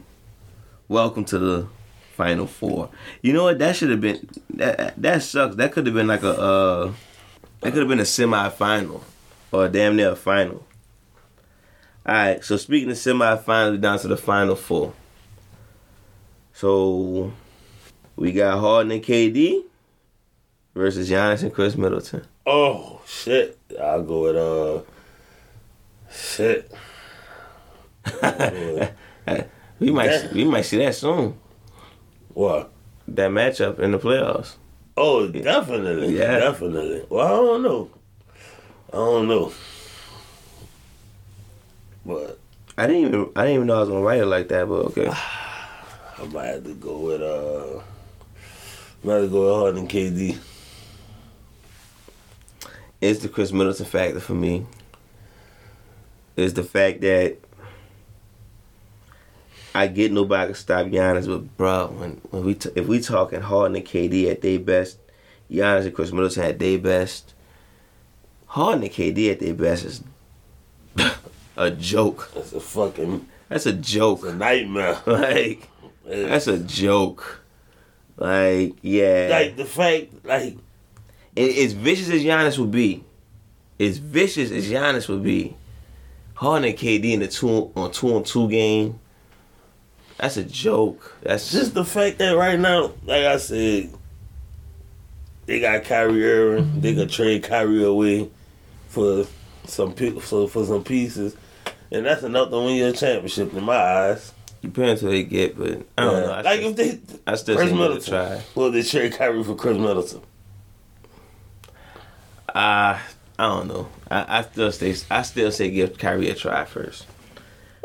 Speaker 1: Welcome to the final four. You know what? That should have been that that sucks. That could have been like a uh that could have been a semifinal. Or damn near a final. Alright, so speaking of semifinals, we're down to the final four. So we got Harden and KD versus Giannis and Chris Middleton.
Speaker 2: Oh shit. I'll go with uh
Speaker 1: [LAUGHS]
Speaker 2: shit.
Speaker 1: We might
Speaker 2: Yeah.
Speaker 1: we might see that soon.
Speaker 2: What?
Speaker 1: That matchup in the playoffs.
Speaker 2: Oh, definitely,
Speaker 1: Yeah.
Speaker 2: definitely. Well, I don't know. I don't know. But
Speaker 1: I didn't even I didn't even know I was gonna write it like that, but [SIGHS] okay.
Speaker 2: I might have to go with uh, might have to go with Harden and KD.
Speaker 1: It's the Chris Middleton factor for me. It's the fact that I get nobody can stop Giannis, but bro, when, when we t- if we talking Harden and KD at their best, Giannis and Chris Middleton at their best, Harden and KD at their best is [LAUGHS] a joke.
Speaker 2: It's a fucking
Speaker 1: That's a joke.
Speaker 2: it's
Speaker 1: [LAUGHS]
Speaker 2: a nightmare.
Speaker 1: Like
Speaker 2: It's
Speaker 1: that's a joke. Like yeah,
Speaker 2: like the fact, like
Speaker 1: it, as vicious as Giannis would be, as vicious as Giannis would be, Harden and KD in the two on two on two game. That's a joke. That's just
Speaker 2: just the fact that right now, like I said, they got Kyrie Irving. They could trade Kyrie away for some people, for, for some pieces, and that's enough to win you a championship in my eyes.
Speaker 1: you pay until they get, but I don't know. I
Speaker 2: like
Speaker 1: still,
Speaker 2: if they
Speaker 1: I still
Speaker 2: Chris
Speaker 1: think they'll
Speaker 2: Middleton.
Speaker 1: try.
Speaker 2: Well, they trade Kyrie for Chris Middleton.
Speaker 1: I Ah, I don't know. I, I still say I still say give Kyrie a try first.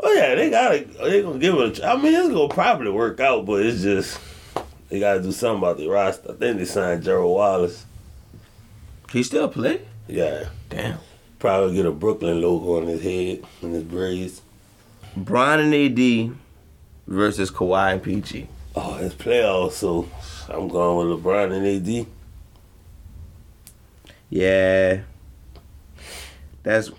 Speaker 2: Oh yeah, they gotta they gonna give it. A, tr- I mean, it's gonna probably work out, but it's just they gotta do something about the roster. I think they signed Gerald Wallace.
Speaker 1: He still play.
Speaker 2: Yeah,
Speaker 1: Damn.
Speaker 2: probably get a Brooklyn logo on his head and his braids.
Speaker 1: Bron and AD versus Kawhi and PG.
Speaker 2: Oh, it's playoffs, so I'm going with LeBron and AD.
Speaker 1: Yeah, that's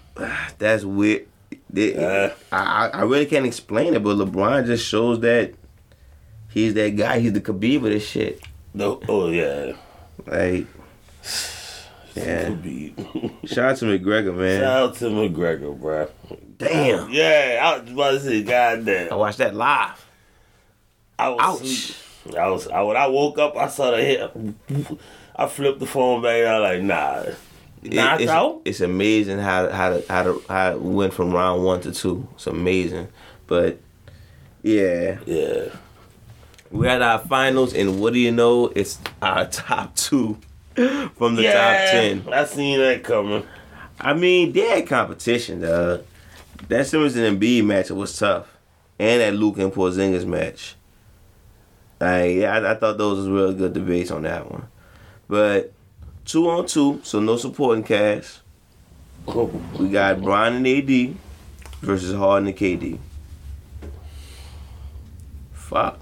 Speaker 1: that's weird. They-
Speaker 2: Yeah.
Speaker 1: I I I really can't explain it, but LeBron just shows that he's that guy. He's the Khabib of this shit.
Speaker 2: No, oh yeah,
Speaker 1: Like, yeah.
Speaker 2: Could be. [LAUGHS]
Speaker 1: Shout out to McGregor, man.
Speaker 2: Shout out to McGregor, bro.
Speaker 1: Damn,
Speaker 2: Yeah, I was about to say, goddamn.
Speaker 1: I watched that live.
Speaker 2: I was
Speaker 1: Ouch.
Speaker 2: sleep. I was I, when I woke up, I saw the hit. I flipped the phone back. I was like, nah,
Speaker 1: It-
Speaker 2: knocked
Speaker 1: it's,
Speaker 2: out.
Speaker 1: it's amazing how how to, how to, how it went from round one to two. It's amazing, but yeah,
Speaker 2: Yeah,
Speaker 1: we're at our finals, and what do you know? It's our [LAUGHS] top two from the
Speaker 2: yeah.
Speaker 1: top ten.
Speaker 2: I seen that coming.
Speaker 1: I mean, they had competition, dog. That Simmons and Embiid match was tough, and that Luke and Porzingis match. Like, yeah, I, I thought those was real good debates on that one. But two on two, so no supporting cast. We got Bron and AD versus Harden and KD. Fuck.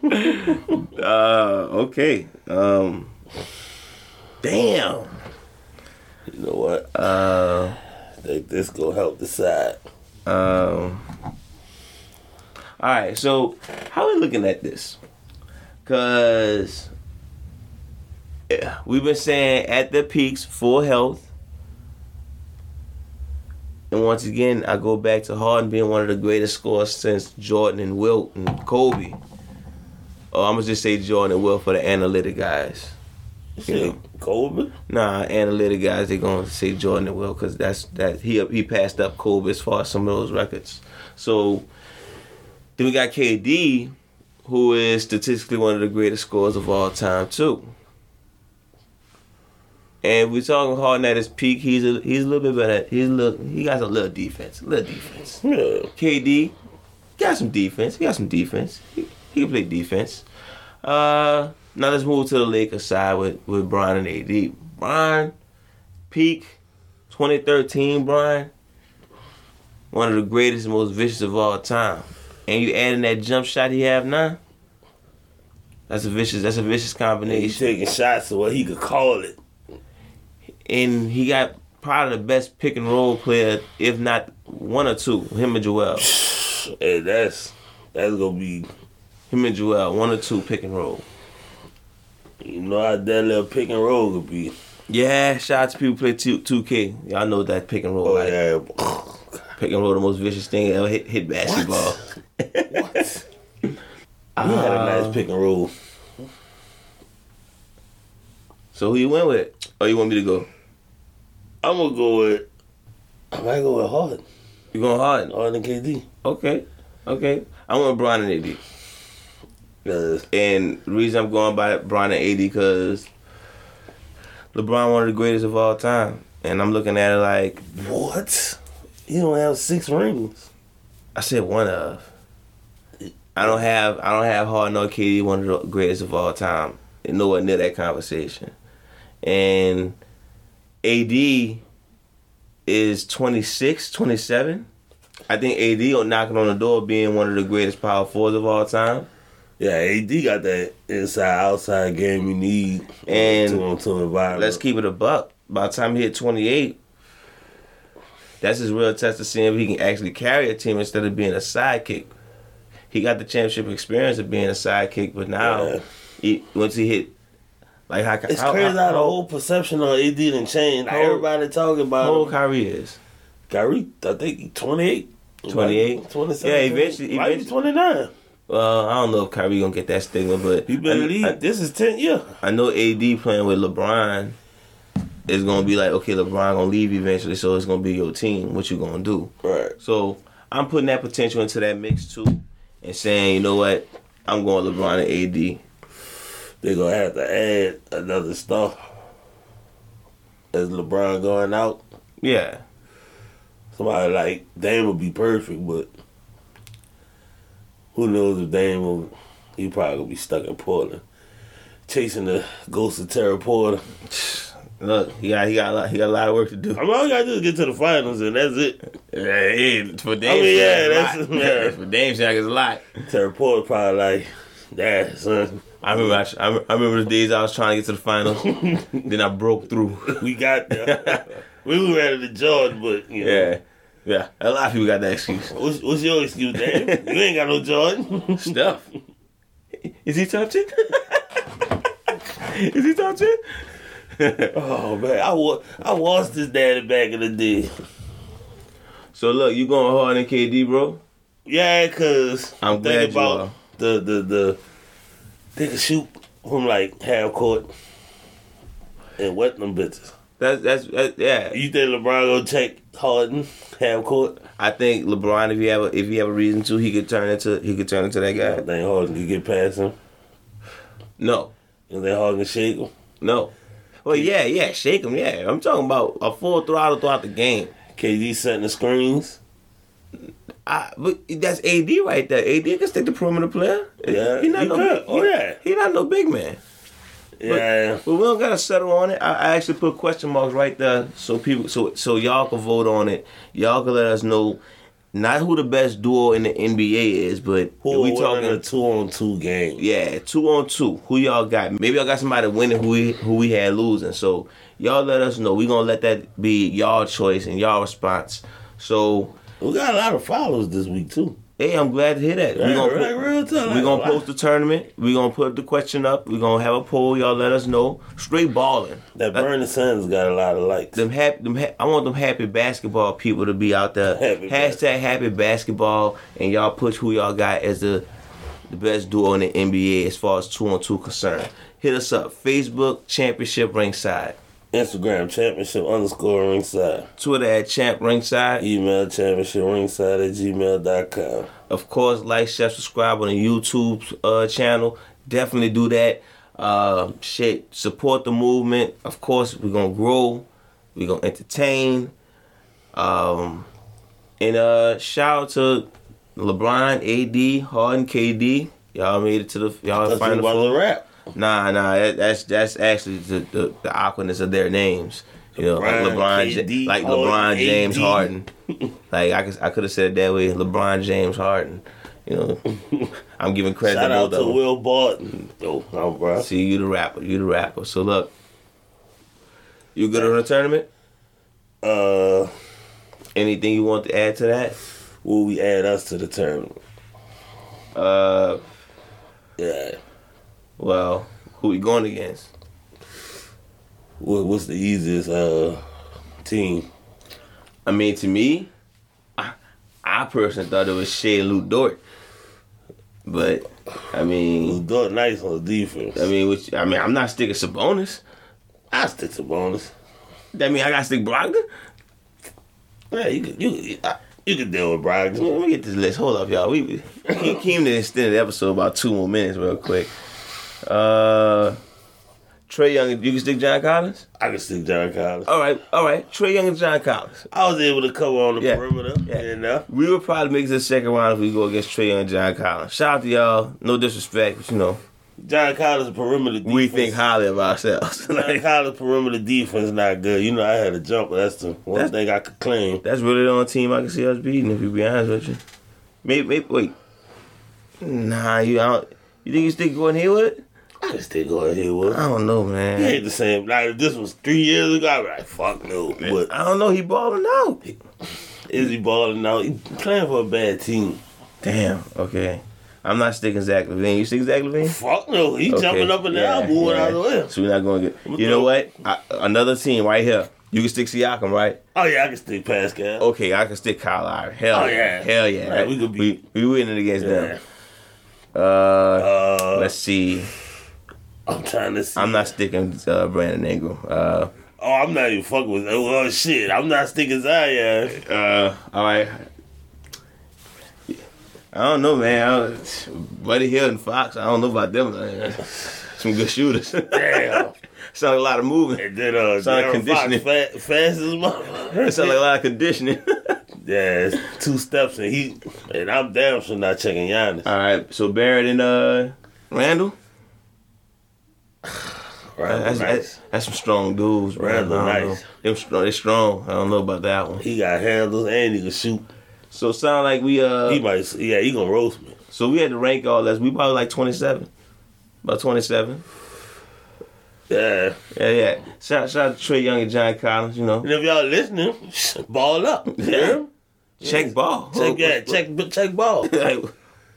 Speaker 1: [LAUGHS] uh, okay. Um, damn.
Speaker 2: You know what? I
Speaker 1: Uh,
Speaker 2: think this gonna help decide.
Speaker 1: Um. All right, so how we looking at this? Cause yeah, we've been saying at the peaks, full health, and once again, I go back to Harden being one of the greatest scorers since Jordan and Wilt and Kobe. Oh, I'm gonna just say Jordan and Will for the analytic guys.
Speaker 2: Shit, Coleman.
Speaker 1: Nah, analytic guys, they gonna say Jordan and Will because that's that he he passed up Kobe as far as some of those records. So then we got KD, who is statistically one of the greatest scorers of all time too. And we're talking Harden at his peak. He's a he's a little bit better. He's a little he got a little defense, a little defense.
Speaker 2: Yeah.
Speaker 1: KD got some defense. He got some defense. He, he can play defense. Uh, now let's move to the Lakers side with with Bron and AD. Bron, peak, 2013. Bron, one of the greatest, and most vicious of all time. And you adding that jump shot he have now. That's a vicious. That's a vicious
Speaker 2: He's
Speaker 1: combination.
Speaker 2: taking shots of what he could call it.
Speaker 1: And he got probably the best pick and roll player, if not one or two. Him and Joel.
Speaker 2: And that's that's gonna be
Speaker 1: Him and Joel, one or two pick and roll.
Speaker 2: you know how that little pick and roll could be.
Speaker 1: Yeah, shout out to people who play two two K. Y'all know that pick and roll.
Speaker 2: Oh
Speaker 1: like,
Speaker 2: yeah. [LAUGHS]
Speaker 1: Pick and roll the most vicious thing that ever hit, hit basketball. [LAUGHS]
Speaker 2: what? We had a
Speaker 1: Uh,
Speaker 2: nice pick and roll.
Speaker 1: So who you went with? Oh, you want me to go?
Speaker 2: I'm gonna go with. I might go with Harden,
Speaker 1: You going hard?
Speaker 2: Harden and KD.
Speaker 1: Okay, okay. I went Bron and AD,
Speaker 2: 'Cause
Speaker 1: and the reason I'm going by Bron and AD because LeBron one of the greatest of all time, and I'm looking at it like
Speaker 2: What? You don't have six rings.
Speaker 1: I said one of. I don't have I don't have Harden or KD one of the greatest of all time. Nowhere near that conversation. And AD is 26, 27. I think AD on knocking on the door being one of the greatest power fours of all time.
Speaker 2: Yeah, AD got that inside outside game you need
Speaker 1: And
Speaker 2: to on to environment.
Speaker 1: Let's keep it a buck. By the time he hit 28, that's his real test to see if he can actually carry a team instead of being a sidekick. He got the championship experience of being a sidekick, but now
Speaker 2: Yeah.
Speaker 1: he, once he hit, like how
Speaker 2: It's
Speaker 1: how,
Speaker 2: crazy
Speaker 1: how,
Speaker 2: how the whole perception on AD didn't change.
Speaker 1: How-
Speaker 2: Everybody talking
Speaker 1: how
Speaker 2: about
Speaker 1: old
Speaker 2: him.
Speaker 1: Kyrie is.
Speaker 2: Kyrie, I think he 28.
Speaker 1: 28?
Speaker 2: 27.
Speaker 1: Yeah, eventually-
Speaker 2: Might be
Speaker 1: eventually.
Speaker 2: 29.
Speaker 1: Well, I don't know if Kyrie gonna get that stigma, but
Speaker 2: He been in
Speaker 1: I-
Speaker 2: the league.
Speaker 1: I-
Speaker 2: this is 10 year.
Speaker 1: I know AD playing with LeBron is gonna be like, okay, LeBron gonna leave eventually, so it's gonna be your team. What you gonna do?
Speaker 2: Right.
Speaker 1: So I'm putting that potential into that mix too, and saying, you know what, I'm going LeBron and AD.
Speaker 2: They're going to have to add another star. As LeBron going out,
Speaker 1: Yeah, [SIGHS]
Speaker 2: somebody like Dame would be perfect, but who knows if Dame will. He probably going to be stuck in Portland. Chasing the ghost of Terra Porter.
Speaker 1: look, he got he got a lot, he got a lot of work to do.
Speaker 2: I mean, all you gotta do is get to the finals, and that's it.
Speaker 1: Hey, for Dame,
Speaker 2: I mean, yeah,
Speaker 1: Shaq, it's a [LAUGHS]
Speaker 2: that's-
Speaker 1: lot.
Speaker 2: yeah.
Speaker 1: for Dame Shaq is a lot.
Speaker 2: Terry Porter probably like, nah, son,
Speaker 1: I remember I, I remember the days I was trying to get to the [LAUGHS] finals, then I broke through.
Speaker 2: we got there. [LAUGHS] we were out of the Jordan, but you know.
Speaker 1: [LAUGHS] Yeah, yeah, a lot of people got that excuse.
Speaker 2: What's, what's your excuse, [LAUGHS] Dave? you ain't got no Jordan.
Speaker 1: Stuff. [LAUGHS] Is he top ten? [LAUGHS] is he top ten?
Speaker 2: oh man, I wa- I watched this daddy back in the day.
Speaker 1: so look, you going hard in KD, bro?
Speaker 2: Yeah, cause
Speaker 1: I'm
Speaker 2: think
Speaker 1: glad you
Speaker 2: about
Speaker 1: are.
Speaker 2: the the the they can shoot from like half court and wet them bitches.
Speaker 1: That's that's that, yeah.
Speaker 2: You think LeBron gonna check Harden half court?
Speaker 1: I think LeBron, if you have a, if you have a reason to, he could turn into he could turn into that
Speaker 2: I
Speaker 1: guy.
Speaker 2: think Harden can get past him.
Speaker 1: No,
Speaker 2: And then Harden can shake him.
Speaker 1: no. Well, yeah, yeah, shake him. Yeah, I'm talking about a full throttle throughout the game.
Speaker 2: KD setting the screens.
Speaker 1: I, but that's AD right there. AD can stick the perimeter player.
Speaker 2: Yeah,
Speaker 1: he not
Speaker 2: he
Speaker 1: no
Speaker 2: could.
Speaker 1: big-
Speaker 2: Oh,
Speaker 1: he-
Speaker 2: yeah.
Speaker 1: he not no big man.
Speaker 2: Yeah.
Speaker 1: But we don't gotta settle on it. I, I actually put question marks right there so people so so y'all can vote on it. Y'all can let us know not who the best duo in the NBA is, but
Speaker 2: Who
Speaker 1: we
Speaker 2: we talking
Speaker 1: talking
Speaker 2: a two on two game?
Speaker 1: Yeah, two on two. Who y'all got? Maybe y'all got somebody winning who we who we had losing. So y'all let us know. We gonna let that be y'all choice and y'all response. So
Speaker 2: We got a lot of followers this week too.
Speaker 1: hey, I'm glad to hear that.
Speaker 2: Right,
Speaker 1: we gonna
Speaker 2: right,
Speaker 1: put,
Speaker 2: real talk.
Speaker 1: we
Speaker 2: Like,
Speaker 1: gonna
Speaker 2: wow.
Speaker 1: post the tournament. We gonna put the question up. We gonna have a poll. Y'all let us know. Straight balling.
Speaker 2: That Bernie Sanders got a lot of likes.
Speaker 1: Them happy, them ha- I want them happy basketball people to be out there.
Speaker 2: Happy
Speaker 1: Hashtag happy basketball, and y'all push who y'all got as the the best duo in the NBA as far as two on two concern. Hit us up Facebook Championship Ringside,
Speaker 2: Instagram championship underscore ringside.
Speaker 1: Twitter at Champ Ringside.
Speaker 2: Email championship ringside at gmail.com.
Speaker 1: Of course, like, share, subscribe on the YouTube uh, channel. Definitely do that. Uh, shit, support the movement. Of course, we're gonna grow. We're gonna entertain. Um, and uh, shout out to LeBron, AD, Harden, KD. Y'all made it to the y'all
Speaker 2: That's about
Speaker 1: final. four.
Speaker 2: the rap.
Speaker 1: Nah, nah, that, that's that's actually the, the the awkwardness of their names. You know, like
Speaker 2: LeBron,
Speaker 1: LeBron,
Speaker 2: KD,
Speaker 1: Ja- like
Speaker 2: Harden,
Speaker 1: LeBron James
Speaker 2: AD. [LAUGHS]
Speaker 1: Harden. Like I could, I could have said it that way. LeBron James Harden. You
Speaker 2: [LAUGHS]
Speaker 1: know, I'm giving credit
Speaker 2: Shout
Speaker 1: to both
Speaker 2: out to
Speaker 1: of them.
Speaker 2: Will Barton. Yo, I'm bro.
Speaker 1: See, you the rapper, you the rapper. So look, you good on the tournament?
Speaker 2: Uh,
Speaker 1: Anything you want to add to that?
Speaker 2: will we add us to the tournament?
Speaker 1: Uh,
Speaker 2: Yeah.
Speaker 1: well, who we going against?
Speaker 2: What, what's the easiest uh team?
Speaker 1: I mean, to me, I, I personally thought it was Shea and Lou Dort, but I mean,
Speaker 2: Dort nice on the defense.
Speaker 1: I mean, which I mean, I'm not sticking Sabonis.
Speaker 2: I stick to bonus.
Speaker 1: That mean I got to stick Brogdon.
Speaker 2: Yeah, you could you could- I- you could deal with Brogdon.
Speaker 1: Let me get this list. Hold up, y'all. We we came to the extended episode about two more minutes, real quick. Uh, Trey Young, you can stick John Collins.
Speaker 2: I could stick John Collins.
Speaker 1: All right, all right. Trey Young and John Collins.
Speaker 2: I was able to cover on the
Speaker 1: Yeah.
Speaker 2: perimeter.
Speaker 1: Yeah.
Speaker 2: And uh,
Speaker 1: We would probably make it to the second round if we go against Trey Young and John Collins. Shout out to y'all. No disrespect, but you know
Speaker 2: John Collins perimeter defense.
Speaker 1: we think highly of ourselves. [LAUGHS]
Speaker 2: John
Speaker 1: Like,
Speaker 2: Collins perimeter defense not good. You know I had a jumper. That's the one
Speaker 1: That's-
Speaker 2: thing I could claim.
Speaker 1: that's really the only team I can see us beating. If you be honest with you, maybe, maybe wait. Nah, you out. You think you stick going here with it?
Speaker 2: I could still go ahead with.
Speaker 1: I don't know, man.
Speaker 2: He ain't the same. Like if this was three years ago, I'd be like, fuck no. But
Speaker 1: I don't know. He balling out.
Speaker 2: is he balling out? He playing for a bad team.
Speaker 1: Damn. Okay. I'm not sticking Zach Levine. You stick Zach Levine?
Speaker 2: Fuck no. He
Speaker 1: Okay.
Speaker 2: jumping up and down, moving out of the way.
Speaker 1: So we're not going to
Speaker 2: What
Speaker 1: get. You know
Speaker 2: the-
Speaker 1: what? I, another team right here. You can stick Siakam, right?
Speaker 2: Oh yeah, I can stick Pascal.
Speaker 1: Okay, I can stick Kyle Lowry. Hell
Speaker 2: Oh, yeah.
Speaker 1: yeah. Hell yeah.
Speaker 2: Right, we could
Speaker 1: we,
Speaker 2: beat-
Speaker 1: we winning against
Speaker 2: yeah.
Speaker 1: them. Uh,
Speaker 2: Uh,
Speaker 1: let's see.
Speaker 2: I'm trying to see.
Speaker 1: I'm not sticking uh, Brandon Ingram. Uh,
Speaker 2: Oh, I'm not even fucking with. Oh well, shit, I'm not sticking Zion.
Speaker 1: uh, all right. I don't know, man. I was- Buddy Hill and Fox. I don't know about them. man. Some good shooters. [LAUGHS]
Speaker 2: Damn.
Speaker 1: Sound like a lot of moving. [LAUGHS]
Speaker 2: And then uh,
Speaker 1: Sound
Speaker 2: Darren Fox
Speaker 1: conditioning.
Speaker 2: fast, fast as motherfucker.
Speaker 1: It sounds like a lot of conditioning. [LAUGHS]
Speaker 2: yeah, it's two steps and he and I'm damn sure not checking Giannis.
Speaker 1: All right, so Barrett and uh, Randall.
Speaker 2: Right,
Speaker 1: That's,
Speaker 2: nice.
Speaker 1: that's, that's some strong dudes. man.
Speaker 2: Randall,
Speaker 1: I don't
Speaker 2: nice.
Speaker 1: know. Them strong. They strong. I don't know about that one.
Speaker 2: He got handles and he can shoot.
Speaker 1: So it sound like we
Speaker 2: He
Speaker 1: uh.
Speaker 2: might, yeah, he gonna roast me.
Speaker 1: So we had to rank all that. We probably like twenty seven. About twenty seven.
Speaker 2: Yeah,
Speaker 1: Yeah, yeah. Shout, shout out to Trey Young and John Collins. You know,
Speaker 2: and if y'all listening, [LAUGHS] ball up. Yeah,
Speaker 1: check ball.
Speaker 2: check yeah, check check ball.
Speaker 1: [LAUGHS] Like,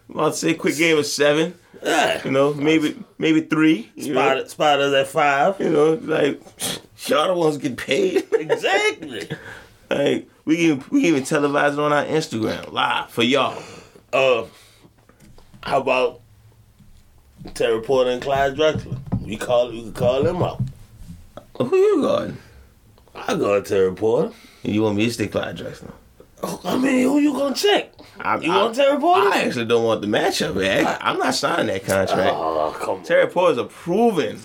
Speaker 1: I'm about to say quick game of seven.
Speaker 2: Yeah,
Speaker 1: You know, maybe maybe three. You know,
Speaker 2: spot spot us at five.
Speaker 1: you know like [LAUGHS] y'all the ones get paid.
Speaker 2: Exactly.
Speaker 1: [LAUGHS] Like we can we can even televise it on our Instagram live for y'all.
Speaker 2: Uh, how about Terry Porter and Clyde Drexler? We call we could call them out.
Speaker 1: Who you guarding?
Speaker 2: I go to Terry Porter.
Speaker 1: You want me to stick Clyde Drexler?
Speaker 2: Oh, I mean, who you gonna check?
Speaker 1: I,
Speaker 2: You
Speaker 1: I-
Speaker 2: want Terry Porter?
Speaker 1: I actually don't want the matchup. Man. I, am not signing that contract.
Speaker 2: Oh, come on.
Speaker 1: Terry Porter's a proven,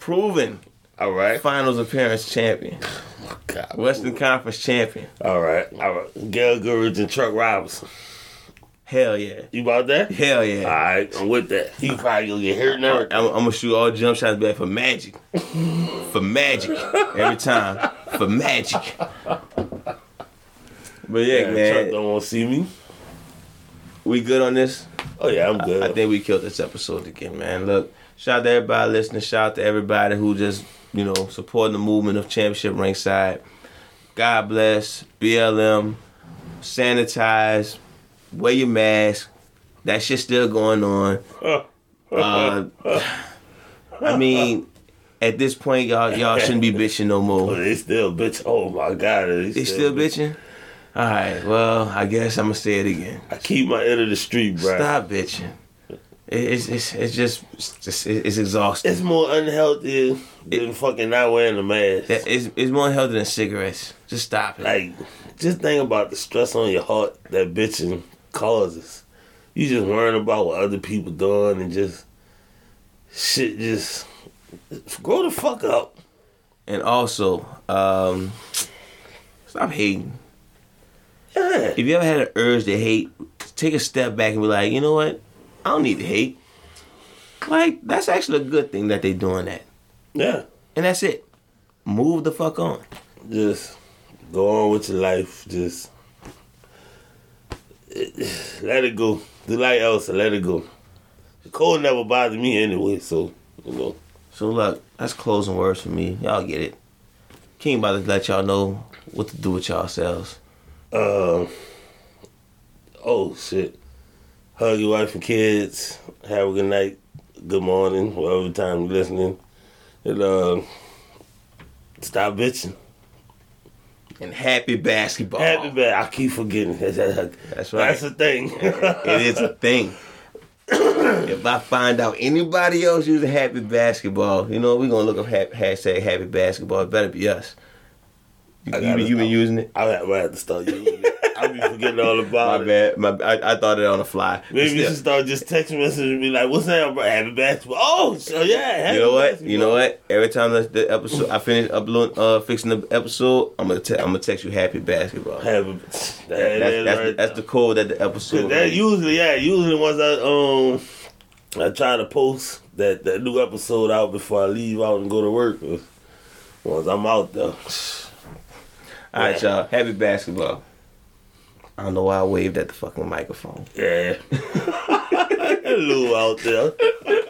Speaker 1: proven
Speaker 2: All right.
Speaker 1: finals appearance champion,
Speaker 2: God.
Speaker 1: Western Conference champion.
Speaker 2: All right. All right. Gail Goodrich and Chuck Robinson.
Speaker 1: Hell yeah,
Speaker 2: You about that?
Speaker 1: hell
Speaker 2: All
Speaker 1: yeah.
Speaker 2: right. I'm with that. He probably gonna get hurt now.
Speaker 1: I'm, I'm gonna shoot all jump shots back for magic, for magic every time, for magic. But yeah,
Speaker 2: Chuck
Speaker 1: man,
Speaker 2: don't want to see me.
Speaker 1: we good on this.
Speaker 2: Oh yeah, I'm good.
Speaker 1: I think we killed this episode again, man. Look, shout out to everybody listening. Shout out to everybody who just, you know, supporting the movement of Championship Ringside. God bless. BLM. Sanitize. Wear your mask. That shit's still going on. Uh, I mean, at this point, y'all y'all shouldn't be bitching no
Speaker 2: Oh, [LAUGHS]
Speaker 1: more.
Speaker 2: they still bitch. Oh my God, they
Speaker 1: They still bitching? All right. Well, I guess I'm gonna say it again.
Speaker 2: I keep my end of the street, bro.
Speaker 1: Stop bitching. It's it's, it's just it's, just- it's exhausting.
Speaker 2: It's more unhealthy than fucking not wearing a mask.
Speaker 1: That- It's, it's more healthy than cigarettes. Just stop it.
Speaker 2: Like, just think about the stress on your heart that bitching causes. You just worrying about what other people doing and just shit. Just grow the fuck up.
Speaker 1: and also, um, stop hating.
Speaker 2: Yeah.
Speaker 1: If you ever had an urge to hate, take a step back and be like, you know what? I don't need to hate. Like that's actually a good thing that they doing that,
Speaker 2: Yeah.
Speaker 1: and that's it. Move the fuck on.
Speaker 2: just go on with your life. Just let it go. Do like Elsa, let it go. The cold never bothered me anyway, so you know.
Speaker 1: So look, that's closing words for me. Y'all get it. King about to let y'all know what to do with y'all selves.
Speaker 2: Um. Oh shit! Hug your wife and kids. Have a good night. Good morning. Whatever time you're listening. And um, stop bitching.
Speaker 1: And happy basketball.
Speaker 2: Happy bad. I keep forgetting.
Speaker 1: Oh.
Speaker 2: [LAUGHS]
Speaker 1: That's
Speaker 2: That's
Speaker 1: right.
Speaker 2: That's the thing.
Speaker 1: it is a thing. if I find out anybody else using happy basketball, you know we're gonna look up ha- hashtag happy basketball. It better be us. You,
Speaker 2: I
Speaker 1: you,
Speaker 2: got
Speaker 1: been-
Speaker 2: it.
Speaker 1: you been using it?
Speaker 2: [LAUGHS] I might I might have
Speaker 1: [LAUGHS]
Speaker 2: to start using it. I'll be forgetting all about
Speaker 1: My
Speaker 2: it.
Speaker 1: bad. My, I, I thought it on the fly. But
Speaker 2: Maybe you
Speaker 1: still,
Speaker 2: should start just text messaging and be like, what's that, bro? Happy basketball. Oh, so yeah. Happy
Speaker 1: you know what?
Speaker 2: basketball.
Speaker 1: You know what? Every time the, the episode I finish uploading, uh, fixing the episode, I'm gonna te- I'm gonna text you happy basketball.
Speaker 2: Happy. That,
Speaker 1: That's,
Speaker 2: that's,
Speaker 1: that's, the, that's the code that the episode.
Speaker 2: that usually, yeah, usually once I, um, I try to post that, that new episode out before I leave out and go to work. Once I'm out, [SIGHS] though.
Speaker 1: All right, y'all. Happy basketball. I don't know
Speaker 2: [LAUGHS]
Speaker 1: why I waved at the fucking microphone.
Speaker 2: Yeah. Lou out there.